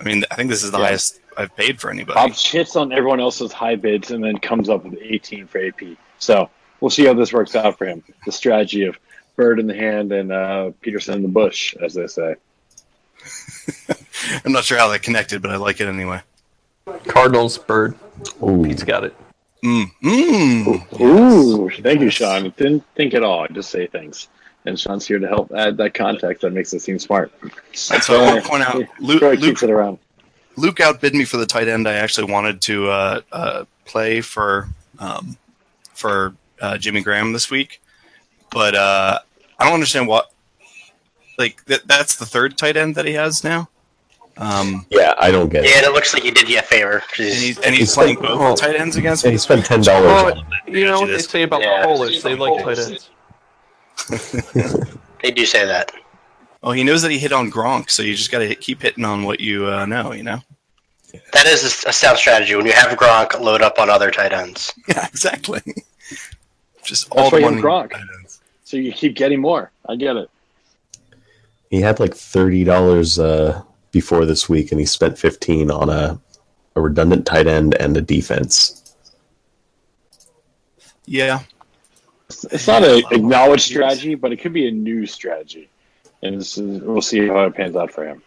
[SPEAKER 3] I mean, I think this is the
[SPEAKER 2] Yeah.
[SPEAKER 3] highest I've paid for anybody.
[SPEAKER 2] Bob shits on everyone else's high bids and then comes up with 18 for AP. So we'll see how this works out for him. The strategy of bird in the hand and uh, Peterson in the bush, as they say.
[SPEAKER 3] I'm not sure how that connected, but I like it anyway.
[SPEAKER 6] Cardinals, Bird.
[SPEAKER 1] Ooh.
[SPEAKER 6] Pete's got it.
[SPEAKER 3] Mm. Mm.
[SPEAKER 2] Ooh, thank you, Sean. Didn't think at all. Just say things. And Sean's here to help add that context that makes it seem smart.
[SPEAKER 3] That's what I want to point out. Luke,
[SPEAKER 2] Troy
[SPEAKER 3] Luke
[SPEAKER 2] keeps it around.
[SPEAKER 3] Luke outbid me for the tight end I actually wanted to uh, uh, play for um, for uh, Jimmy Graham this week, but uh, I don't understand what like that, that's the third tight end that he has now, um,
[SPEAKER 1] Yeah, I don't get
[SPEAKER 4] Yeah,
[SPEAKER 1] it.
[SPEAKER 4] and it looks like you did you a favor.
[SPEAKER 3] and
[SPEAKER 4] Jeez.
[SPEAKER 3] he's, and he's
[SPEAKER 1] He's
[SPEAKER 3] playing
[SPEAKER 1] like-
[SPEAKER 3] both
[SPEAKER 1] well-
[SPEAKER 3] tight ends against
[SPEAKER 1] Yeah,
[SPEAKER 3] me.
[SPEAKER 1] he spent ten dollars
[SPEAKER 6] Well,
[SPEAKER 1] on him.
[SPEAKER 6] you know what they
[SPEAKER 3] Judas.
[SPEAKER 6] say about
[SPEAKER 4] Yeah.
[SPEAKER 6] Polish? They like tight ends.
[SPEAKER 4] They do say that.
[SPEAKER 3] Oh, he knows that he hit on Gronk, so you just got to hit, keep hitting on what you uh, know. You know.
[SPEAKER 4] That is a s- a sound strategy. When you have Gronk, load up on other tight ends.
[SPEAKER 3] Yeah, exactly. just all
[SPEAKER 2] why
[SPEAKER 3] the
[SPEAKER 2] you have
[SPEAKER 3] money.
[SPEAKER 2] Gronk.
[SPEAKER 3] tight ends.
[SPEAKER 2] So you keep getting more. I get it.
[SPEAKER 1] He had like thirty dollars uh, before this week, and he spent fifteen on a, a redundant tight end and a defense.
[SPEAKER 3] Yeah.
[SPEAKER 2] It's not an acknowledged strategy, but it could be a new strategy. And this is, we'll see how it pans out for him.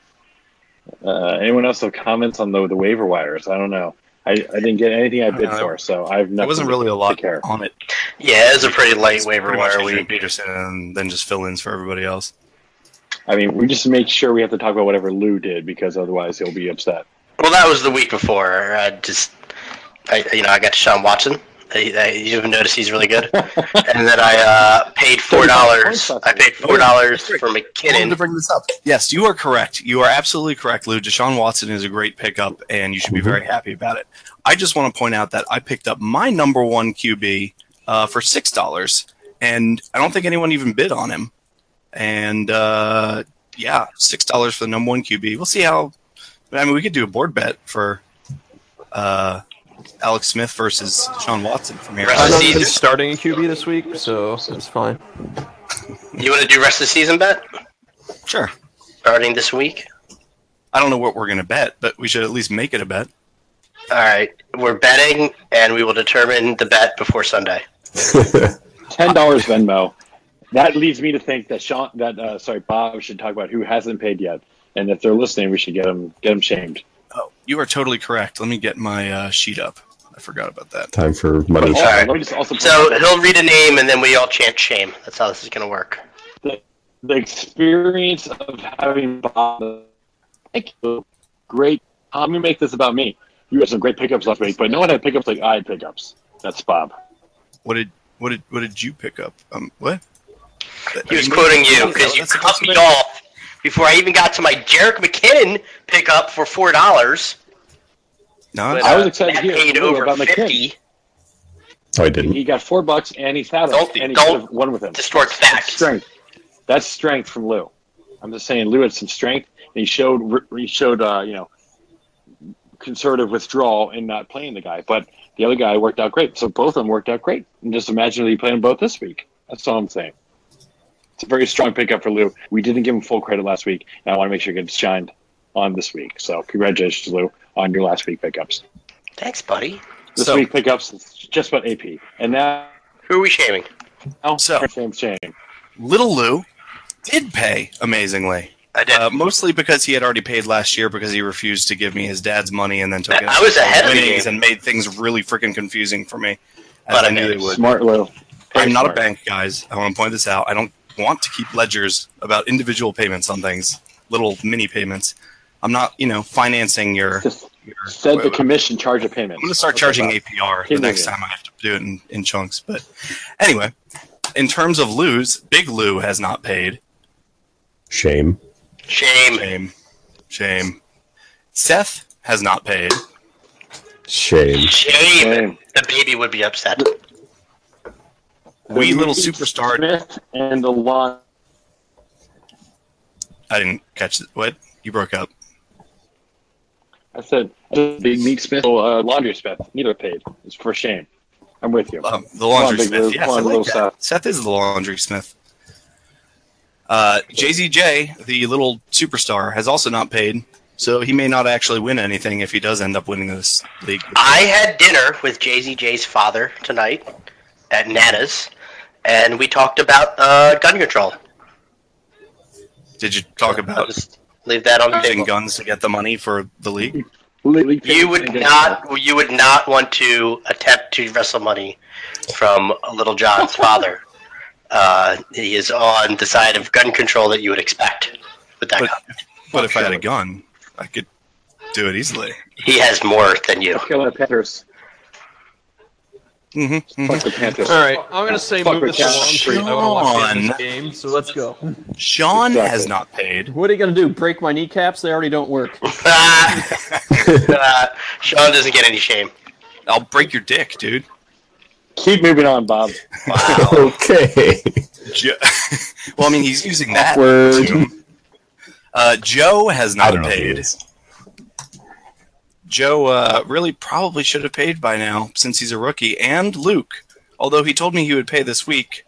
[SPEAKER 2] Uh, anyone else have comments on the, the waiver wires? I don't know. I, I didn't get anything I bid
[SPEAKER 3] Uh,
[SPEAKER 2] for, so I've
[SPEAKER 3] There
[SPEAKER 2] nothing
[SPEAKER 3] wasn't really a lot
[SPEAKER 2] to care.
[SPEAKER 3] on it.
[SPEAKER 4] Yeah, it was a pretty light
[SPEAKER 3] It's
[SPEAKER 4] waiver
[SPEAKER 3] pretty much
[SPEAKER 4] wire
[SPEAKER 3] Adrian
[SPEAKER 4] week.
[SPEAKER 3] Peterson, and then just fill ins for everybody else.
[SPEAKER 2] I mean, we just make sure we have to talk about whatever Lou did because otherwise he'll be upset.
[SPEAKER 4] Well, that was the week before. I just, I, you know, I got Sean Watson. I, I, you've noticed he's really good. and then I uh, paid four dollars. I paid four dollars for
[SPEAKER 3] wanted to
[SPEAKER 4] McKinnon.
[SPEAKER 3] bring this up. Yes, you are correct. You are absolutely correct, Lou. Deshaun Watson is a great pickup, and you should be very happy about it. I just want to point out that I picked up my number one QB uh, for six dollars, and I don't think anyone even bid on him. And uh, yeah, six dollars for the number one QB. We'll see how. I mean, we could do a board bet for uh, Alex Smith versus Deshaun Watson from here.
[SPEAKER 6] I
[SPEAKER 4] Rest
[SPEAKER 6] know
[SPEAKER 4] of
[SPEAKER 6] he's
[SPEAKER 4] season.
[SPEAKER 6] starting a QB this week, so that's fine.
[SPEAKER 4] You want to do rest of the season bet
[SPEAKER 3] Sure.
[SPEAKER 4] starting this week?
[SPEAKER 3] I don't know what we're gonna bet, but we should at least make it a bet.
[SPEAKER 4] All right, we're betting, and we will determine the bet before Sunday.
[SPEAKER 2] Ten dollars Venmo. That leads me to think that Sean, that uh, sorry, Bob should talk about who hasn't paid yet, and if they're listening, we should get them get them shamed.
[SPEAKER 3] Oh, you are totally correct. Let me get my uh, sheet up. I forgot about that.
[SPEAKER 1] Time for money.
[SPEAKER 2] Also,
[SPEAKER 4] Alright.
[SPEAKER 2] let me just also point out
[SPEAKER 4] So
[SPEAKER 2] that
[SPEAKER 4] he'll read a name, and then we all chant shame. That's how this is going to work.
[SPEAKER 2] the experience of having Bob. Thank you. Great. Um, Let me make this about me. You had some great pickups last week, but no one had pickups like I had pickups. That's Bob.
[SPEAKER 3] What did what did what did you pick up? Um, what?
[SPEAKER 4] He was quoting you because you cut me off before I even got to my Jarek McKinnon pickup for four dollars. uh,
[SPEAKER 3] No,
[SPEAKER 2] I was excited to hear
[SPEAKER 4] paid
[SPEAKER 2] Lou
[SPEAKER 4] over
[SPEAKER 2] about McKinnon.
[SPEAKER 4] fifty.
[SPEAKER 1] Oh, I
[SPEAKER 2] He
[SPEAKER 1] didn't.
[SPEAKER 2] got four bucks and he sat him,
[SPEAKER 4] Don't-
[SPEAKER 2] and he
[SPEAKER 4] don't
[SPEAKER 2] could have won with him.
[SPEAKER 4] Distort
[SPEAKER 2] That's
[SPEAKER 4] facts.
[SPEAKER 2] strength. That's strength from Lou. I'm just saying Lou had some strength, and he showed he showed uh, you know conservative withdrawal in not playing the guy. But the other guy worked out great, so both of them worked out great. And just imagine that he played them both this week. That's all I'm saying. It's a very strong pickup for Lou. We didn't give him full credit last week, and I want to make sure he gets shined on this week. So congratulations, Lou, on your last week pickups.
[SPEAKER 4] Thanks, buddy.
[SPEAKER 2] This
[SPEAKER 3] So-
[SPEAKER 2] week pickups is just about AP, and now
[SPEAKER 4] Who are we shaming?
[SPEAKER 3] So
[SPEAKER 2] shame, shame.
[SPEAKER 3] Little Lou did pay amazingly.
[SPEAKER 4] I did.
[SPEAKER 3] Uh, mostly because he had already paid last year because he refused to give me his dad's money and then took
[SPEAKER 4] That-
[SPEAKER 3] it
[SPEAKER 4] I was ahead of the
[SPEAKER 3] winnings
[SPEAKER 4] game.
[SPEAKER 3] and made things really freaking confusing for me. As
[SPEAKER 4] But
[SPEAKER 3] I
[SPEAKER 4] I
[SPEAKER 3] knew
[SPEAKER 4] know.
[SPEAKER 3] they would.
[SPEAKER 2] Smart Lou. Very
[SPEAKER 3] I'm not a
[SPEAKER 2] smart.
[SPEAKER 3] bank, guys. I want to point this out. I don't want to keep ledgers about individual payments on things, little mini payments. I'm not, you know, financing your.
[SPEAKER 2] Just
[SPEAKER 3] your
[SPEAKER 2] said the
[SPEAKER 3] whatever.
[SPEAKER 2] commission charge a payment.
[SPEAKER 3] I'm going to start
[SPEAKER 2] Okay,
[SPEAKER 3] charging
[SPEAKER 2] bye.
[SPEAKER 3] APR the
[SPEAKER 2] Keep
[SPEAKER 3] next
[SPEAKER 2] moving.
[SPEAKER 3] time I have to do it in, in chunks. But anyway, in terms of Lou's, Big Lou has not paid.
[SPEAKER 1] Shame.
[SPEAKER 4] Shame.
[SPEAKER 3] Shame. Shame. Seth has not paid.
[SPEAKER 1] Shame.
[SPEAKER 4] Shame.
[SPEAKER 2] Shame.
[SPEAKER 4] The baby would be upset.
[SPEAKER 3] Wee Little Superstar.
[SPEAKER 2] Smith and the lawn.
[SPEAKER 3] I didn't catch it. What? You broke up.
[SPEAKER 2] I said the meat Smith or uh, laundry Smith. Neither paid. It's for shame. I'm with you.
[SPEAKER 3] Um, the
[SPEAKER 2] Come
[SPEAKER 3] laundry
[SPEAKER 2] on, Big Lou.
[SPEAKER 3] smith. Yes,
[SPEAKER 2] Come
[SPEAKER 3] I
[SPEAKER 2] on,
[SPEAKER 3] like
[SPEAKER 2] Lil
[SPEAKER 3] that.
[SPEAKER 2] Seth.
[SPEAKER 3] Seth is the laundry smith. Uh, JZJ, the little superstar, has also not paid, so he may not actually win anything if he does end up winning this league.
[SPEAKER 4] I had dinner with JZJ's father tonight at Nana's, and we talked about uh, gun control.
[SPEAKER 3] Did you talk
[SPEAKER 4] I'll
[SPEAKER 3] about
[SPEAKER 4] just leave that on the
[SPEAKER 3] using
[SPEAKER 4] table.
[SPEAKER 3] guns to get the money for the league?
[SPEAKER 4] You would not. You would not want to attempt to wrestle money from Little John's father. Uh, he is on the side of gun control that you would expect with that.
[SPEAKER 3] But,
[SPEAKER 4] company.
[SPEAKER 3] but if I had a gun, I could do it easily.
[SPEAKER 4] He has more than you.
[SPEAKER 2] Carolina Panthers.
[SPEAKER 3] hmm
[SPEAKER 2] Fuck the Panthers.
[SPEAKER 6] All right, I'm gonna say
[SPEAKER 2] Fuck
[SPEAKER 6] move
[SPEAKER 2] the
[SPEAKER 6] this
[SPEAKER 2] Cavs.
[SPEAKER 6] along. because I want to watch
[SPEAKER 3] Sean.
[SPEAKER 6] this game, so let's go.
[SPEAKER 3] Sean
[SPEAKER 2] Exactly.
[SPEAKER 3] has not paid.
[SPEAKER 8] What are you gonna do? Break my kneecaps? They already don't work.
[SPEAKER 4] Ah. Uh, Sean doesn't get any shame.
[SPEAKER 3] I'll break your dick, dude.
[SPEAKER 2] Keep moving on, Bob.
[SPEAKER 1] okay.
[SPEAKER 3] Jo- well, I mean, he's using that.
[SPEAKER 1] Awkward.
[SPEAKER 3] to- Uh, Joe has
[SPEAKER 1] I
[SPEAKER 3] not
[SPEAKER 1] don't know. Who he
[SPEAKER 3] paid.
[SPEAKER 1] is.
[SPEAKER 3] Joe uh, really probably should have paid by now since he's a rookie, and Luke. Although he told me he would pay this week,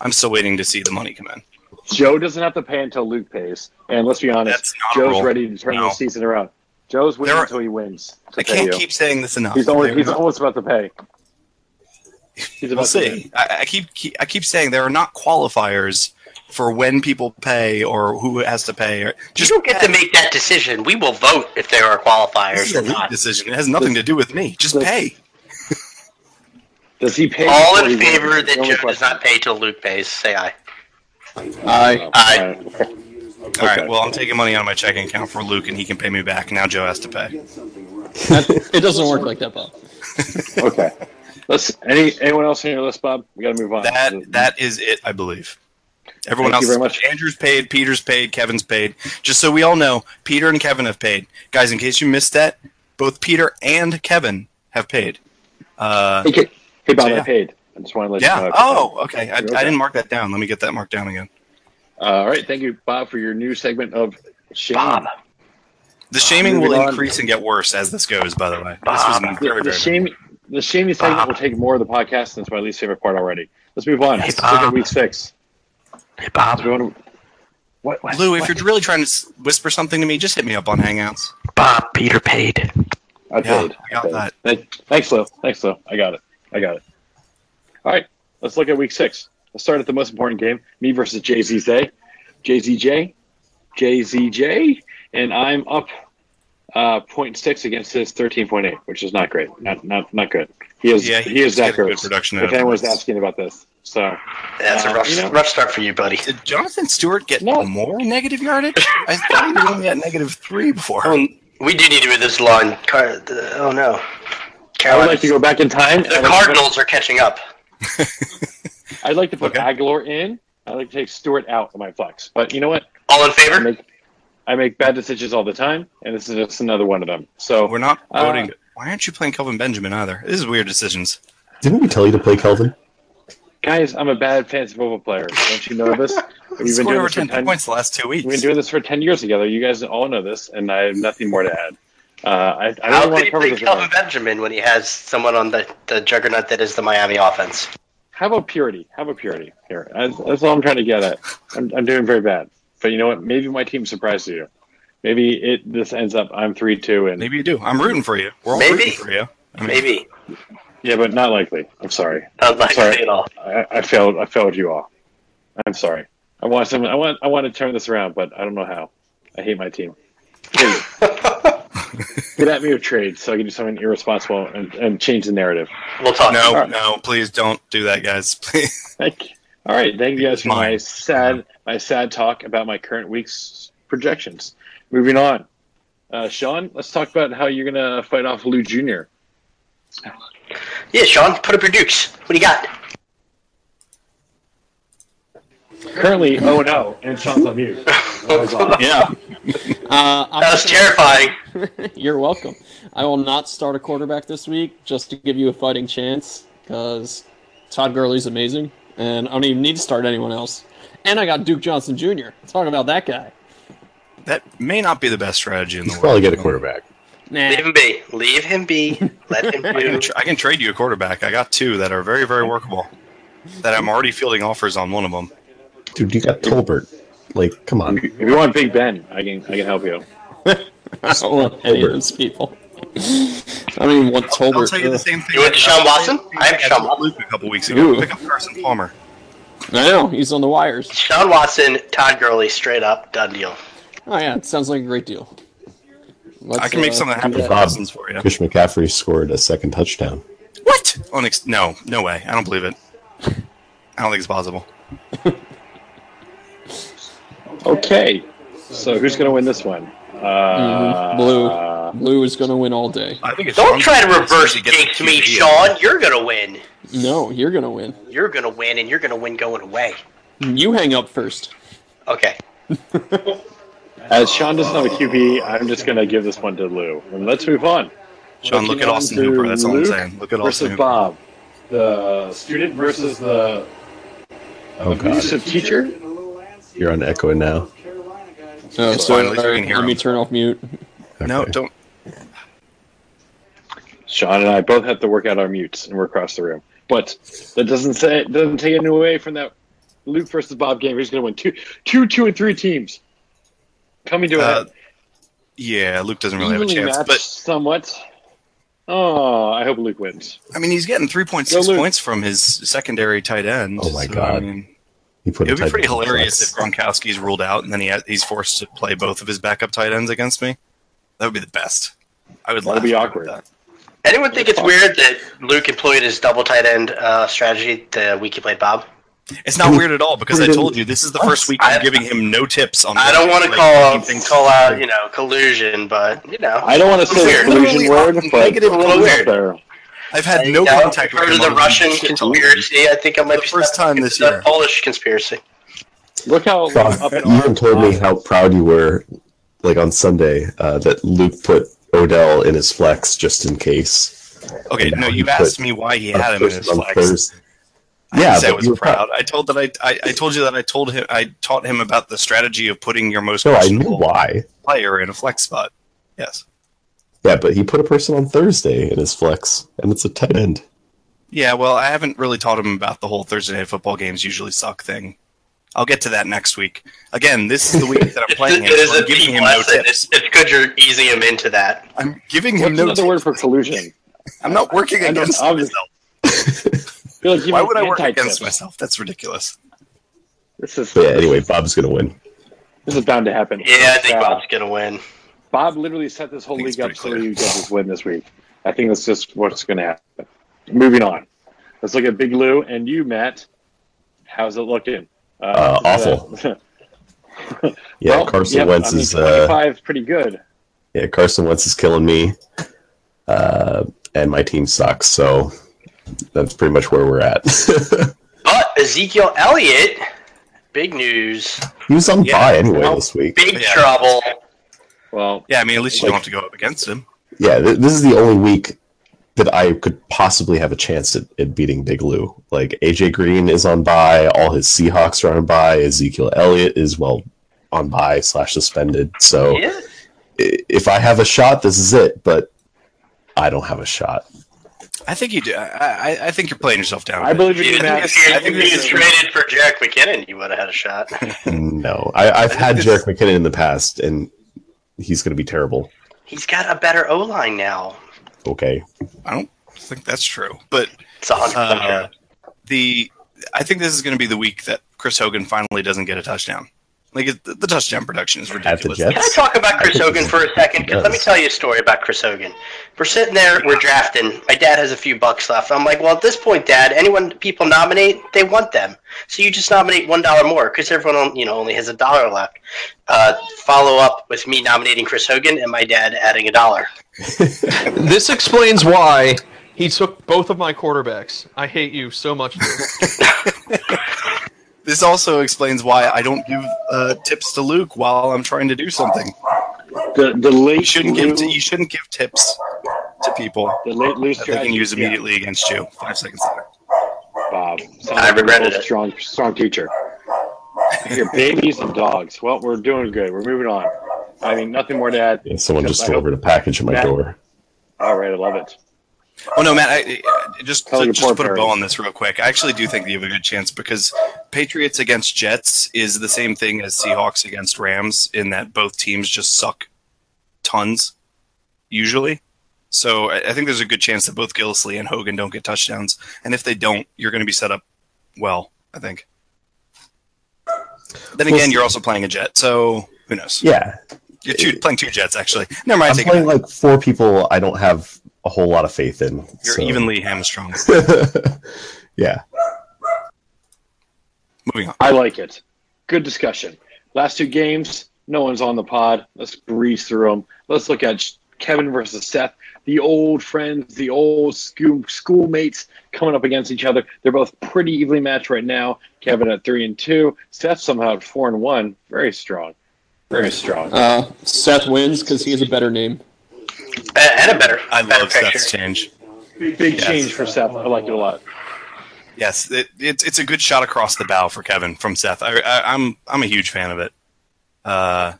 [SPEAKER 3] I'm still waiting to see the money come in.
[SPEAKER 2] Joe doesn't have to pay until Luke pays. And let's be honest,
[SPEAKER 3] That's not a
[SPEAKER 2] Joe's
[SPEAKER 3] rule.
[SPEAKER 2] ready to turn
[SPEAKER 3] No.
[SPEAKER 2] the season around. Joe's waiting
[SPEAKER 3] There are-
[SPEAKER 2] until he wins. To
[SPEAKER 3] I
[SPEAKER 2] pay
[SPEAKER 3] can't
[SPEAKER 2] you.
[SPEAKER 3] keep saying this enough.
[SPEAKER 2] He's almost,
[SPEAKER 3] There-
[SPEAKER 2] he's almost about to pay. He's about
[SPEAKER 3] we'll
[SPEAKER 2] to
[SPEAKER 3] see. I, I keep, keep I keep saying there are not qualifiers for when people pay or who has to pay. Or
[SPEAKER 4] You
[SPEAKER 3] just
[SPEAKER 4] don't get to make that decision. We will vote if there are
[SPEAKER 3] this
[SPEAKER 4] qualifiers
[SPEAKER 3] is a
[SPEAKER 4] or
[SPEAKER 3] Luke
[SPEAKER 4] not.
[SPEAKER 3] decision. It has nothing to do with me. Just
[SPEAKER 2] Look.
[SPEAKER 3] pay.
[SPEAKER 2] Does he pay?
[SPEAKER 4] All
[SPEAKER 2] before
[SPEAKER 4] in
[SPEAKER 2] he wins?
[SPEAKER 4] favor
[SPEAKER 2] That's the
[SPEAKER 4] that
[SPEAKER 2] only
[SPEAKER 4] Joe does
[SPEAKER 2] question.
[SPEAKER 4] not pay till Luke pays, say aye.
[SPEAKER 8] I
[SPEAKER 4] Aye.
[SPEAKER 2] All right.
[SPEAKER 3] All right.
[SPEAKER 1] Okay.
[SPEAKER 3] Well, I'm taking money out of my checking account for Luke, and he can pay me back. Now Joe has to pay.
[SPEAKER 8] that, it doesn't work like that, Bob. Uh,
[SPEAKER 2] Okay. Let's. Any anyone else on your list, Bob? We got to move on.
[SPEAKER 3] That that is it, I believe. Everyone
[SPEAKER 2] Thank
[SPEAKER 3] else,
[SPEAKER 2] you very much.
[SPEAKER 3] Andrew's paid, Peter's paid, Kevin's paid. Just so we all know, Peter and Kevin have paid. Guys, in case you missed that, both Peter and Kevin have paid. Uh,
[SPEAKER 2] Hey, Ki- hey Bob,
[SPEAKER 3] Yeah.
[SPEAKER 2] I paid. I just want to let you
[SPEAKER 3] yeah.
[SPEAKER 2] know.
[SPEAKER 3] Oh, okay. I, I
[SPEAKER 2] Okay.
[SPEAKER 3] didn't mark that down. Let me get that marked down again.
[SPEAKER 2] Uh, all right. Thank you, Bob, for your new segment of shame.
[SPEAKER 4] Bob.
[SPEAKER 3] The shaming
[SPEAKER 2] Uh,
[SPEAKER 3] will
[SPEAKER 2] moving on.
[SPEAKER 3] increase and get worse as this goes. By the way, this was
[SPEAKER 4] Bob.
[SPEAKER 3] my
[SPEAKER 2] The,
[SPEAKER 3] very,
[SPEAKER 2] the
[SPEAKER 3] very
[SPEAKER 2] shame. The shaming segment
[SPEAKER 4] Bob.
[SPEAKER 2] will take more of the podcast, and it's my least favorite part already. Let's move on.
[SPEAKER 4] Hey,
[SPEAKER 2] Let's look at
[SPEAKER 4] Bob.
[SPEAKER 2] week six.
[SPEAKER 4] Hey, Bob.
[SPEAKER 2] We want to, what, what?
[SPEAKER 3] Lou, if
[SPEAKER 2] what?
[SPEAKER 3] you're really trying to s- whisper something to me, just hit me up on Hangouts.
[SPEAKER 4] Bob, Peter paid.
[SPEAKER 2] I
[SPEAKER 3] Yeah,
[SPEAKER 2] paid.
[SPEAKER 3] I got
[SPEAKER 2] paid.
[SPEAKER 3] that.
[SPEAKER 2] Thank- thanks, Lou. Thanks, Lou. I got it. I got it. All right. Let's look at week six. Let's start at the most important game me versus JZJ. JZJ. JZJ. And I'm up uh, 0.6 against his 13.8, which is not great. Not not, not good. He is,
[SPEAKER 3] Yeah,
[SPEAKER 2] he,
[SPEAKER 3] he-
[SPEAKER 2] is
[SPEAKER 3] he's
[SPEAKER 2] Zach
[SPEAKER 3] getting good
[SPEAKER 2] Ertz,
[SPEAKER 3] production out
[SPEAKER 2] If
[SPEAKER 3] of
[SPEAKER 2] anyone's
[SPEAKER 3] Ertz.
[SPEAKER 2] asking about this. So,
[SPEAKER 4] That's
[SPEAKER 2] Uh,
[SPEAKER 4] a rough,
[SPEAKER 2] you know-
[SPEAKER 4] rough start for you, buddy.
[SPEAKER 3] Did Jonathan Stewart get
[SPEAKER 2] No.
[SPEAKER 3] more negative yardage? I thought he was only at negative three before.
[SPEAKER 2] Oh,
[SPEAKER 4] We do need to move this line. Car- the, oh,
[SPEAKER 2] I
[SPEAKER 4] no.
[SPEAKER 2] would
[SPEAKER 4] Carolina.
[SPEAKER 2] like to go back in time.
[SPEAKER 4] the Cardinals are catching up.
[SPEAKER 2] I'd like to put
[SPEAKER 3] Okay.
[SPEAKER 2] Aguilar in. I'd like to take Stewart out of my flex. But you know what?
[SPEAKER 4] All in
[SPEAKER 2] I
[SPEAKER 4] favor?
[SPEAKER 2] make, I make bad decisions all the time, and this is just another one of them. So
[SPEAKER 3] We're not
[SPEAKER 2] Uh,
[SPEAKER 3] voting. Why aren't you playing Kelvin Benjamin either? This is weird decisions.
[SPEAKER 1] Didn't we tell you to play Kelvin?
[SPEAKER 2] Guys, I'm a bad fantasy football player. Don't you know this?
[SPEAKER 3] We
[SPEAKER 2] We've been
[SPEAKER 3] scored
[SPEAKER 2] doing
[SPEAKER 3] over
[SPEAKER 2] this for
[SPEAKER 3] 10
[SPEAKER 2] ten.
[SPEAKER 3] points the last two
[SPEAKER 2] We've been
[SPEAKER 3] weeks.
[SPEAKER 2] doing this for ten years together. You guys all know this, and I have nothing more to add. Uh, I, I don't
[SPEAKER 4] How
[SPEAKER 2] want
[SPEAKER 4] could
[SPEAKER 2] to
[SPEAKER 4] he
[SPEAKER 2] cover
[SPEAKER 4] play
[SPEAKER 2] this.
[SPEAKER 4] Calvin
[SPEAKER 2] one.
[SPEAKER 4] Benjamin when he has someone on the, the juggernaut that is the Miami offense?
[SPEAKER 2] How about purity? How about purity here? That's, that's all I'm trying to get at. I'm, I'm doing very bad, but you know what? Maybe my team surprises you. Maybe it this ends up I'm three two and
[SPEAKER 3] Maybe you do. I'm rooting for you. We're all
[SPEAKER 4] Maybe.
[SPEAKER 3] rooting for you. I mean,
[SPEAKER 4] Maybe.
[SPEAKER 2] yeah, but not likely. I'm sorry.
[SPEAKER 4] Not likely
[SPEAKER 2] Sorry.
[SPEAKER 4] at all.
[SPEAKER 2] I, I failed. I failed you all. I'm sorry. I want someone. I want. I want to turn this around, but I don't know how. I hate my team. Please. Get at me with trade so I can do something irresponsible and, and change the narrative.
[SPEAKER 4] We'll talk.
[SPEAKER 3] No, no, please don't do that, guys. Please.
[SPEAKER 2] Thank you. All right, thank you guys for my sad my sad talk about my current week's projections. Moving on, uh, Sean, let's talk about how you're gonna fight off Lou Jr.
[SPEAKER 4] Yeah, Sean, put up your dukes. What do you got?
[SPEAKER 2] Currently, oh no, and Sean's on mute.
[SPEAKER 3] Yeah.
[SPEAKER 8] Uh, I'm
[SPEAKER 4] That was terrifying.
[SPEAKER 8] You're welcome. I will not start a quarterback this week just to give you a fighting chance because Todd Gurley's amazing, and I don't even need to start anyone else. And I got Duke Johnson Jr. Talk about that guy.
[SPEAKER 3] That may not be the best strategy in the
[SPEAKER 1] He'll
[SPEAKER 3] world.
[SPEAKER 1] probably get a quarterback.
[SPEAKER 8] Nah.
[SPEAKER 4] Leave him be. Leave him be. Let him
[SPEAKER 3] I can,
[SPEAKER 4] do.
[SPEAKER 3] tr I can trade you a quarterback. I got two that are very, very workable. That I'm already fielding offers on one of them.
[SPEAKER 1] Dude, you got Tolbert. Like, come on.
[SPEAKER 2] If you want Big Ben, I can I can help you.
[SPEAKER 8] I don't want any of those people. I don't even want Tolbert. uh,
[SPEAKER 3] I'll tell you the
[SPEAKER 8] Ugh.
[SPEAKER 3] same thing.
[SPEAKER 4] You want Deshaun Watson? I have Deshaun Watson.
[SPEAKER 3] Luke a couple weeks ago.
[SPEAKER 8] Ooh.
[SPEAKER 3] Pick up Carson Palmer.
[SPEAKER 8] I know he's on the wires.
[SPEAKER 4] Deshaun Watson, Todd Gurley, straight up, done deal.
[SPEAKER 8] Oh yeah, it sounds like a great deal. Let's,
[SPEAKER 3] I can make
[SPEAKER 8] uh,
[SPEAKER 3] something
[SPEAKER 8] do
[SPEAKER 3] happen
[SPEAKER 8] that.
[SPEAKER 3] for Cousins for you.
[SPEAKER 1] Chris McCaffrey scored a second touchdown.
[SPEAKER 3] What? On ex- no, no way. I don't believe it. I don't think it's possible.
[SPEAKER 2] Okay, so who's gonna win this one? Uh,
[SPEAKER 8] Mhm. Blue. Blue is going to win all day.
[SPEAKER 3] I think it's
[SPEAKER 4] Don't
[SPEAKER 3] Sean's
[SPEAKER 4] try to
[SPEAKER 3] fault.
[SPEAKER 4] reverse
[SPEAKER 3] He gets the
[SPEAKER 4] jinx me,
[SPEAKER 3] QB.
[SPEAKER 4] Sean. You're gonna win.
[SPEAKER 8] No, you're going to win.
[SPEAKER 4] You're gonna win, and you're gonna win going away.
[SPEAKER 8] You hang up first.
[SPEAKER 4] Okay.
[SPEAKER 2] As Sean doesn't have a QB, I'm just gonna give this one to Lou. And let's move on.
[SPEAKER 3] Sean, look
[SPEAKER 2] Looking
[SPEAKER 3] at
[SPEAKER 2] on
[SPEAKER 3] Austin
[SPEAKER 2] to
[SPEAKER 3] Hooper. That's all I'm
[SPEAKER 2] Luke
[SPEAKER 3] saying. Look at Austin
[SPEAKER 2] Versus
[SPEAKER 3] Hooper.
[SPEAKER 2] Bob, the student versus the
[SPEAKER 1] Oh, God.
[SPEAKER 2] abusive teacher.
[SPEAKER 1] You're on echo now.
[SPEAKER 8] Oh,
[SPEAKER 3] It's
[SPEAKER 8] sorry,
[SPEAKER 3] fine, at least we can hear
[SPEAKER 8] let me
[SPEAKER 3] him.
[SPEAKER 8] turn off mute.
[SPEAKER 3] No,
[SPEAKER 1] Okay.
[SPEAKER 3] don't.
[SPEAKER 2] Sean and I both have to work out our mutes, and we're across the room. But that doesn't say it doesn't take anything away from that Luke versus Bob game. He's going to win two, two, two, and three teams coming to
[SPEAKER 3] Uh,
[SPEAKER 2] a
[SPEAKER 3] yeah, Luke doesn't really have a
[SPEAKER 2] evenly
[SPEAKER 3] chance.
[SPEAKER 2] matched
[SPEAKER 3] But
[SPEAKER 2] somewhat. Oh, I hope Luke wins.
[SPEAKER 3] I mean, he's getting 3.6
[SPEAKER 2] Go, Luke.
[SPEAKER 3] points from his secondary tight end.
[SPEAKER 1] Oh, my
[SPEAKER 3] so, I
[SPEAKER 1] God.
[SPEAKER 3] mean,
[SPEAKER 1] He put
[SPEAKER 3] It
[SPEAKER 1] a
[SPEAKER 3] would be
[SPEAKER 1] tight
[SPEAKER 3] pretty
[SPEAKER 1] end in
[SPEAKER 3] hilarious if
[SPEAKER 1] flex.
[SPEAKER 3] Gronkowski's ruled out and then he ha he's forced to play both of his backup tight ends against me. That would be the best. I would
[SPEAKER 2] That'd
[SPEAKER 3] love
[SPEAKER 2] be awkward.
[SPEAKER 3] That.
[SPEAKER 4] Anyone think it's weird that Luke employed his double tight end uh, strategy the week he played Bob?
[SPEAKER 3] It's not weird at all because I told you this is the first week I'm giving him no tips on.
[SPEAKER 4] I don't want to
[SPEAKER 3] like,
[SPEAKER 4] call
[SPEAKER 3] keep things-
[SPEAKER 4] call out, you know, collusion, but you know,
[SPEAKER 2] I don't want to say the
[SPEAKER 4] Weird.
[SPEAKER 2] collusion word,
[SPEAKER 3] Literally,
[SPEAKER 2] but it's
[SPEAKER 3] negative
[SPEAKER 2] a little
[SPEAKER 3] collusion.
[SPEAKER 2] up there.
[SPEAKER 3] I've had
[SPEAKER 4] you
[SPEAKER 3] no
[SPEAKER 4] know,
[SPEAKER 3] contact with
[SPEAKER 4] heard
[SPEAKER 3] him.
[SPEAKER 4] of the
[SPEAKER 3] other than
[SPEAKER 4] Russian
[SPEAKER 3] shit talking.
[SPEAKER 4] conspiracy. I think I might
[SPEAKER 3] The
[SPEAKER 4] be
[SPEAKER 3] first
[SPEAKER 4] stuck
[SPEAKER 3] time
[SPEAKER 4] in
[SPEAKER 3] this
[SPEAKER 4] the
[SPEAKER 3] year.
[SPEAKER 4] Polish conspiracy.
[SPEAKER 2] Look how
[SPEAKER 1] Bob,
[SPEAKER 2] up in
[SPEAKER 1] you
[SPEAKER 2] arms
[SPEAKER 1] even told me
[SPEAKER 2] Bob
[SPEAKER 1] how
[SPEAKER 2] is.
[SPEAKER 1] proud you were, like on Sunday, uh, that Luke put Odell in his flex just in case.
[SPEAKER 3] Okay,
[SPEAKER 1] And
[SPEAKER 3] no,
[SPEAKER 1] now he
[SPEAKER 3] you
[SPEAKER 1] put
[SPEAKER 3] asked me why he had
[SPEAKER 1] A
[SPEAKER 3] him in
[SPEAKER 1] person
[SPEAKER 3] his
[SPEAKER 1] on
[SPEAKER 3] flex.
[SPEAKER 1] Thursday.
[SPEAKER 3] I
[SPEAKER 1] Yeah,
[SPEAKER 3] didn't say I
[SPEAKER 1] but
[SPEAKER 3] was
[SPEAKER 1] you were
[SPEAKER 3] proud. I told that I, I I told you that I told him I taught him about the strategy of putting your most
[SPEAKER 1] No, I knew
[SPEAKER 3] questionable
[SPEAKER 1] why.
[SPEAKER 3] player in a flex spot. Yes.
[SPEAKER 1] Yeah, but he put a person on Thursday in his flex, and it's a tight end.
[SPEAKER 3] Yeah, well, I haven't really taught him about the whole Thursday night football games usually suck thing. I'll get to that next week. Again, this is the week that I'm playing him.
[SPEAKER 4] it is
[SPEAKER 3] so I'm
[SPEAKER 4] a
[SPEAKER 3] giving
[SPEAKER 4] deep
[SPEAKER 3] him no
[SPEAKER 4] lesson.
[SPEAKER 3] tips.
[SPEAKER 4] It's, it's good you're easing him into that.
[SPEAKER 3] I'm giving him
[SPEAKER 2] What's
[SPEAKER 3] no
[SPEAKER 2] another
[SPEAKER 3] tips.
[SPEAKER 2] word for collusion?
[SPEAKER 3] I'm not working
[SPEAKER 2] I know,
[SPEAKER 3] against
[SPEAKER 2] I'm-
[SPEAKER 3] myself.
[SPEAKER 2] I feel like you
[SPEAKER 3] Why
[SPEAKER 2] meant
[SPEAKER 3] would I work
[SPEAKER 2] anti-tips.
[SPEAKER 3] against myself? That's ridiculous.
[SPEAKER 2] This is
[SPEAKER 1] But yeah, anyway, Bob's gonna win.
[SPEAKER 2] this is bound to happen.
[SPEAKER 4] Yeah, I think
[SPEAKER 2] Wow.
[SPEAKER 4] Bob's gonna win.
[SPEAKER 2] Bob literally set this whole
[SPEAKER 3] I think it's
[SPEAKER 2] league up
[SPEAKER 3] pretty
[SPEAKER 2] so
[SPEAKER 3] clear.
[SPEAKER 2] he gets his win this week. I think that's just what's going to happen. Moving on. Let's look at Big Lou and you, Matt. How's it looking? Uh,
[SPEAKER 1] awful.
[SPEAKER 2] is, uh,
[SPEAKER 1] Yeah,
[SPEAKER 2] well,
[SPEAKER 1] Carson
[SPEAKER 2] yep,
[SPEAKER 1] Wentz
[SPEAKER 2] I mean,
[SPEAKER 1] is uh,
[SPEAKER 2] 25 is pretty good.
[SPEAKER 1] yeah Carson Wentz is killing me, uh, and my team sucks. So that's pretty much where we're at.
[SPEAKER 4] But Ezekiel Elliott, big news,
[SPEAKER 1] he was on
[SPEAKER 3] Yeah.
[SPEAKER 1] bye anyway this week.
[SPEAKER 4] big
[SPEAKER 3] Yeah.
[SPEAKER 4] trouble.
[SPEAKER 2] Well,
[SPEAKER 3] Yeah, I mean, at least you don't have to go up against him.
[SPEAKER 1] Yeah, th- this is the only week that I could possibly have a chance at, at beating Big Lou. Like AJ Green is on bye, all his Seahawks are on bye, Ezekiel Elliott is well on bye slash suspended. So
[SPEAKER 4] Yeah.
[SPEAKER 1] i- if I have a shot, this is it. But I don't have a shot.
[SPEAKER 3] I think you do. I, I, I think you're playing yourself down. a
[SPEAKER 2] I
[SPEAKER 3] bit.
[SPEAKER 2] believe in you,
[SPEAKER 4] If you,
[SPEAKER 2] Matt.
[SPEAKER 4] if you,
[SPEAKER 2] I think
[SPEAKER 4] if you
[SPEAKER 2] this is-
[SPEAKER 4] traded for Jack McKinnon, you would have had a shot.
[SPEAKER 1] No, I, I've had
[SPEAKER 3] this-
[SPEAKER 1] Jarek McKinnon in the past, and he's going to be terrible.
[SPEAKER 4] He's got a better O line now.
[SPEAKER 1] Okay,
[SPEAKER 3] I don't think that's true. But
[SPEAKER 4] It's a hundred percent.
[SPEAKER 3] uh, the I think this is going to be the week that Chris Hogan finally doesn't get a touchdown. Like it, the touchdown production is
[SPEAKER 1] the
[SPEAKER 3] ridiculous.
[SPEAKER 1] Jets?
[SPEAKER 4] Can I talk about Chris
[SPEAKER 1] I think
[SPEAKER 4] Hogan
[SPEAKER 1] it's-
[SPEAKER 4] for a second? 'Cause let me
[SPEAKER 1] Yes.
[SPEAKER 4] tell you a story about Chris Hogan. We're sitting there, we're drafting. My dad has a few bucks left. I'm like, well, at this point, Dad, anyone people nominate, they want them. So you just nominate one dollar more because everyone, you know, only has a dollar left. Uh, follow up with me nominating Chris Hogan and my dad adding a dollar.
[SPEAKER 6] This explains why he took both of my quarterbacks. I hate you so much.
[SPEAKER 3] This also explains why I don't give uh, tips to Luke while I'm trying to do something.
[SPEAKER 2] The, the late
[SPEAKER 3] You shouldn't
[SPEAKER 2] Lou-
[SPEAKER 3] give you shouldn't give tips to people
[SPEAKER 2] the late Lou
[SPEAKER 3] that they can
[SPEAKER 2] strategy.
[SPEAKER 3] use
[SPEAKER 2] Yeah,
[SPEAKER 3] immediately against you. Five seconds later.
[SPEAKER 2] Bob, Sounds
[SPEAKER 4] I
[SPEAKER 2] like a
[SPEAKER 4] regretted
[SPEAKER 2] real
[SPEAKER 4] it.
[SPEAKER 2] Strong, strong teacher. Your babies and dogs. Well, we're doing good. We're moving on. I mean, nothing more to add.
[SPEAKER 1] Yeah, someone
[SPEAKER 2] Just
[SPEAKER 1] just
[SPEAKER 2] like-
[SPEAKER 1] delivered a package at my
[SPEAKER 2] Matt-
[SPEAKER 1] door.
[SPEAKER 2] All right, I love it.
[SPEAKER 3] Oh no, Matt! I, I- just
[SPEAKER 2] Tell
[SPEAKER 3] to,
[SPEAKER 2] your
[SPEAKER 3] just
[SPEAKER 2] poor
[SPEAKER 3] to put a bow
[SPEAKER 2] parents.
[SPEAKER 3] on this real quick. I actually do think that you have a good chance because Patriots against Jets is the same thing as Seahawks against Rams in that both teams just suck tons usually. So I, I think there's a good chance that both Gillisley and Hogan don't get touchdowns, and if they don't, you're going to be set up well. I think. Then
[SPEAKER 1] We'll
[SPEAKER 3] again,
[SPEAKER 1] see.
[SPEAKER 3] you're also playing a Jet, so who knows?
[SPEAKER 1] Yeah,
[SPEAKER 3] You're two, playing two Jets actually. Never mind.
[SPEAKER 1] I'm
[SPEAKER 3] take it
[SPEAKER 1] playing
[SPEAKER 3] back.
[SPEAKER 1] like four people. I don't have a whole lot of faith in.
[SPEAKER 3] You're
[SPEAKER 1] so-
[SPEAKER 3] evenly hamstrung.
[SPEAKER 1] yeah,
[SPEAKER 3] Moving on.
[SPEAKER 2] I like it. Good discussion. Last two games, no one's on the pod. Let's breeze through them. Let's look at Kevin versus Seth, the old friends, the old school schoolmates coming up against each other. They're both pretty evenly matched right now. Kevin at three and two, Seth somehow at four and one. Very strong, very strong.
[SPEAKER 8] Uh, Seth wins because he has a better name.
[SPEAKER 4] A- And a better,
[SPEAKER 3] I
[SPEAKER 4] better
[SPEAKER 3] love
[SPEAKER 4] picture.
[SPEAKER 3] Seth's change.
[SPEAKER 2] Big, big
[SPEAKER 3] Yes.
[SPEAKER 2] change for Seth. I like it a lot.
[SPEAKER 3] Yes, it, it's it's a good shot across the bow for Kevin from Seth. I, I, I'm I'm a huge fan of it. Uh,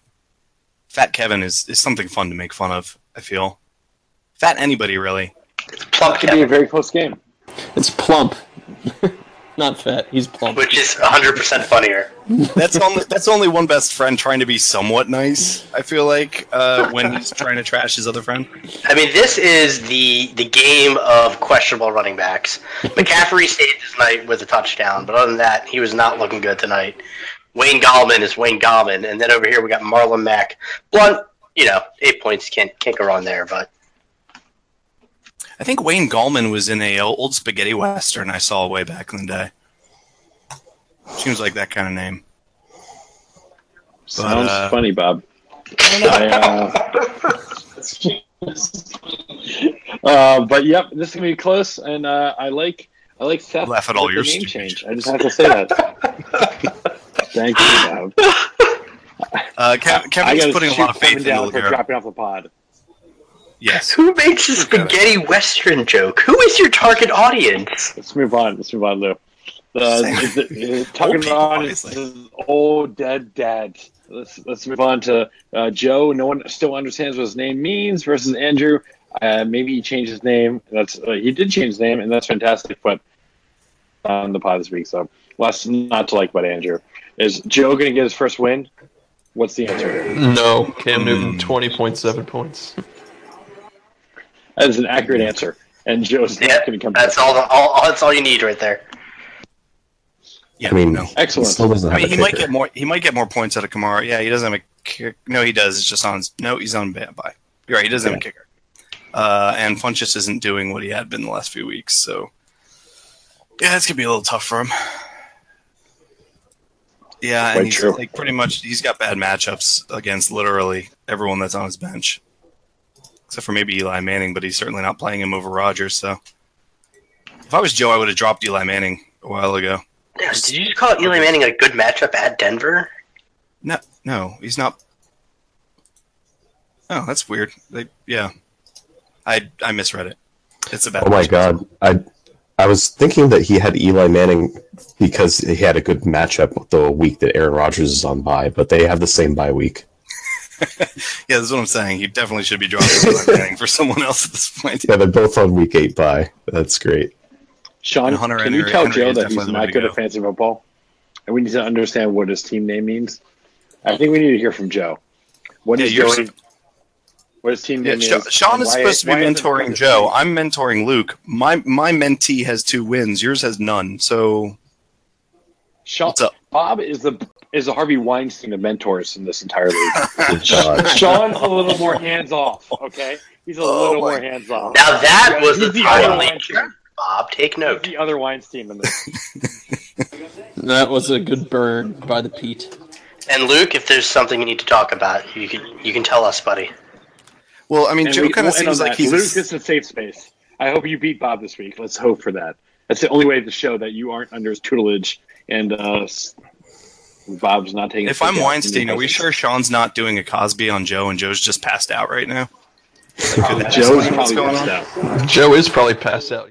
[SPEAKER 3] fat Kevin is is something fun to make fun of. I feel fat anybody really.
[SPEAKER 4] Plump
[SPEAKER 2] Could be a
[SPEAKER 4] Kevin,
[SPEAKER 2] very close game.
[SPEAKER 8] It's plump. Not fat. He's plump.
[SPEAKER 4] which is hundred percent funnier.
[SPEAKER 3] That's only that's only one best friend trying to be somewhat nice. I feel like uh, when he's trying to trash his other friend.
[SPEAKER 4] I mean, this is the the game of questionable running backs. McCaffrey saved his night with a touchdown, but other than that, he was not looking good tonight. Wayne Gallman is Wayne Gallman, and then over here we got Marlon Mack. Blunt, you know, eight points can't can't go wrong there, but
[SPEAKER 3] I think Wayne Gallman was in a uh, old spaghetti western I saw way back in the day. Seems like that kind of name.
[SPEAKER 2] Sounds
[SPEAKER 3] uh,
[SPEAKER 2] funny, Bob. I, uh, uh, but yep, this is gonna be close, and uh, I like I like Seth.
[SPEAKER 3] Laugh at all
[SPEAKER 2] with
[SPEAKER 3] your
[SPEAKER 2] the name
[SPEAKER 3] stupid
[SPEAKER 2] change.
[SPEAKER 3] jokes.
[SPEAKER 2] I just have to say that. Thank you, Bob.
[SPEAKER 3] Uh, Kev-
[SPEAKER 2] I
[SPEAKER 3] Kevin's
[SPEAKER 2] gotta
[SPEAKER 3] putting a
[SPEAKER 2] shoot
[SPEAKER 3] lot of
[SPEAKER 2] Kevin
[SPEAKER 3] faith
[SPEAKER 2] down
[SPEAKER 3] into
[SPEAKER 2] for
[SPEAKER 3] Legarrette.
[SPEAKER 2] dropping off the pod.
[SPEAKER 3] Yes.
[SPEAKER 4] who makes a
[SPEAKER 3] got it.
[SPEAKER 4] spaghetti western joke? Who is your target audience?
[SPEAKER 2] Let's move on. Let's move on, Lou. Uh,
[SPEAKER 3] Same.
[SPEAKER 2] is it- uh, talking
[SPEAKER 3] Old people,
[SPEAKER 2] about is
[SPEAKER 3] obviously.
[SPEAKER 2] old dead dad. Let's let's move on to uh, Joe. No one still understands what his name means versus Andrew. Uh, maybe he changed his name. That's uh, he did change his name, and that's fantastic. But on the pod this week, so less not to like about Andrew. Is Joe going to get his first win? What's the answer? here?
[SPEAKER 6] no, Cam Newton, twenty point seven points.
[SPEAKER 2] That is an accurate answer, and Joe's
[SPEAKER 4] Yeah,
[SPEAKER 2] not going to come.
[SPEAKER 4] that's
[SPEAKER 2] back.
[SPEAKER 4] all, the, all, all. That's all you need right there.
[SPEAKER 3] Yeah,
[SPEAKER 1] I mean,
[SPEAKER 3] no.
[SPEAKER 1] he still
[SPEAKER 2] Excellent.
[SPEAKER 1] doesn't
[SPEAKER 3] I
[SPEAKER 1] have
[SPEAKER 3] mean, he
[SPEAKER 1] a
[SPEAKER 3] might
[SPEAKER 1] kicker.
[SPEAKER 3] get more. He might get more points out of Kamara. Yeah, he doesn't have a kicker. No, he does. It's just on. his- No, he's on bye. bye. You're right. He doesn't have a kicker. Uh, and Funchess isn't doing what he had been the last few weeks. So, yeah, it's gonna be a little tough for him. Yeah,
[SPEAKER 2] Quite
[SPEAKER 3] and he's
[SPEAKER 2] true.
[SPEAKER 3] like pretty much he's got bad matchups against literally everyone that's on his bench, except for maybe Eli Manning. But he's certainly not playing him over Rogers. So, if I was Joe, I would have dropped Eli Manning a while ago.
[SPEAKER 4] Yeah, did you just call Eli Manning a good matchup at Denver?
[SPEAKER 3] No, no, he's not. Oh, that's weird. They, yeah, I I misread it. It's about.
[SPEAKER 1] Oh my god, I I was thinking that he had Eli Manning because he had a good matchup the week that Aaron Rodgers is on bye, but they have the same bye week.
[SPEAKER 3] Yeah, that's what I'm saying. He definitely should be dropping everything for someone else at this point.
[SPEAKER 1] Yeah, they're both on week eight bye. That's great.
[SPEAKER 2] Sean,
[SPEAKER 3] And Hunter
[SPEAKER 2] can you
[SPEAKER 3] Henry-
[SPEAKER 2] tell
[SPEAKER 3] Henry
[SPEAKER 2] Joe
[SPEAKER 3] is
[SPEAKER 2] that he's
[SPEAKER 3] definitely the way
[SPEAKER 2] not
[SPEAKER 3] to
[SPEAKER 2] good
[SPEAKER 3] go.
[SPEAKER 2] at fantasy football? And we need to understand what his team name means. I think we need to hear from Joe. What
[SPEAKER 3] Yeah,
[SPEAKER 2] is
[SPEAKER 3] you're-
[SPEAKER 2] Joey- What his team
[SPEAKER 3] Yeah,
[SPEAKER 2] name
[SPEAKER 3] Sha-
[SPEAKER 2] is.
[SPEAKER 3] Sean
[SPEAKER 2] and
[SPEAKER 3] is
[SPEAKER 2] why-
[SPEAKER 3] supposed to be
[SPEAKER 2] why is it
[SPEAKER 3] mentoring
[SPEAKER 2] Hunter
[SPEAKER 3] Joe.
[SPEAKER 2] Henry?
[SPEAKER 3] I'm mentoring Luke. My my mentee has two wins. Yours has none. So
[SPEAKER 2] Sean,
[SPEAKER 3] what's up?
[SPEAKER 2] Bob is the is the Harvey Weinstein of mentors in this entire league.
[SPEAKER 1] Good God.
[SPEAKER 2] Sean's a little more hands off. Okay, he's a
[SPEAKER 3] Oh
[SPEAKER 2] little
[SPEAKER 3] my-
[SPEAKER 2] more hands off.
[SPEAKER 4] Now that was
[SPEAKER 2] He's
[SPEAKER 4] the
[SPEAKER 2] the other
[SPEAKER 4] title
[SPEAKER 2] Weinstein.
[SPEAKER 4] nature. Bob, take
[SPEAKER 2] He's
[SPEAKER 4] note.
[SPEAKER 2] the other Weinstein in this.
[SPEAKER 8] That was a good burn by the Pete.
[SPEAKER 4] And Luke, if there's something you need to talk about, you can you can tell us, buddy.
[SPEAKER 3] Well, I mean,
[SPEAKER 2] And
[SPEAKER 3] Joe
[SPEAKER 2] we-
[SPEAKER 3] kind
[SPEAKER 2] we'll
[SPEAKER 3] of
[SPEAKER 2] end on
[SPEAKER 3] seems like
[SPEAKER 2] that.
[SPEAKER 3] he's
[SPEAKER 2] Luke. This is a safe space. I hope you beat Bob this week. Let's hope for that. That's the only way to show that you aren't under his tutelage and uh, s- Bob's not taking.
[SPEAKER 3] If
[SPEAKER 2] a
[SPEAKER 3] I'm
[SPEAKER 2] kick out
[SPEAKER 3] Weinstein,
[SPEAKER 2] from
[SPEAKER 3] are we
[SPEAKER 2] the
[SPEAKER 3] sure Sean's not doing a Cosby on Joe and Joe's just passed out right now?
[SPEAKER 2] cousins. Joe's
[SPEAKER 3] What's
[SPEAKER 2] probably
[SPEAKER 3] going
[SPEAKER 2] passed
[SPEAKER 3] on?
[SPEAKER 2] out.
[SPEAKER 6] Joe is probably passed out.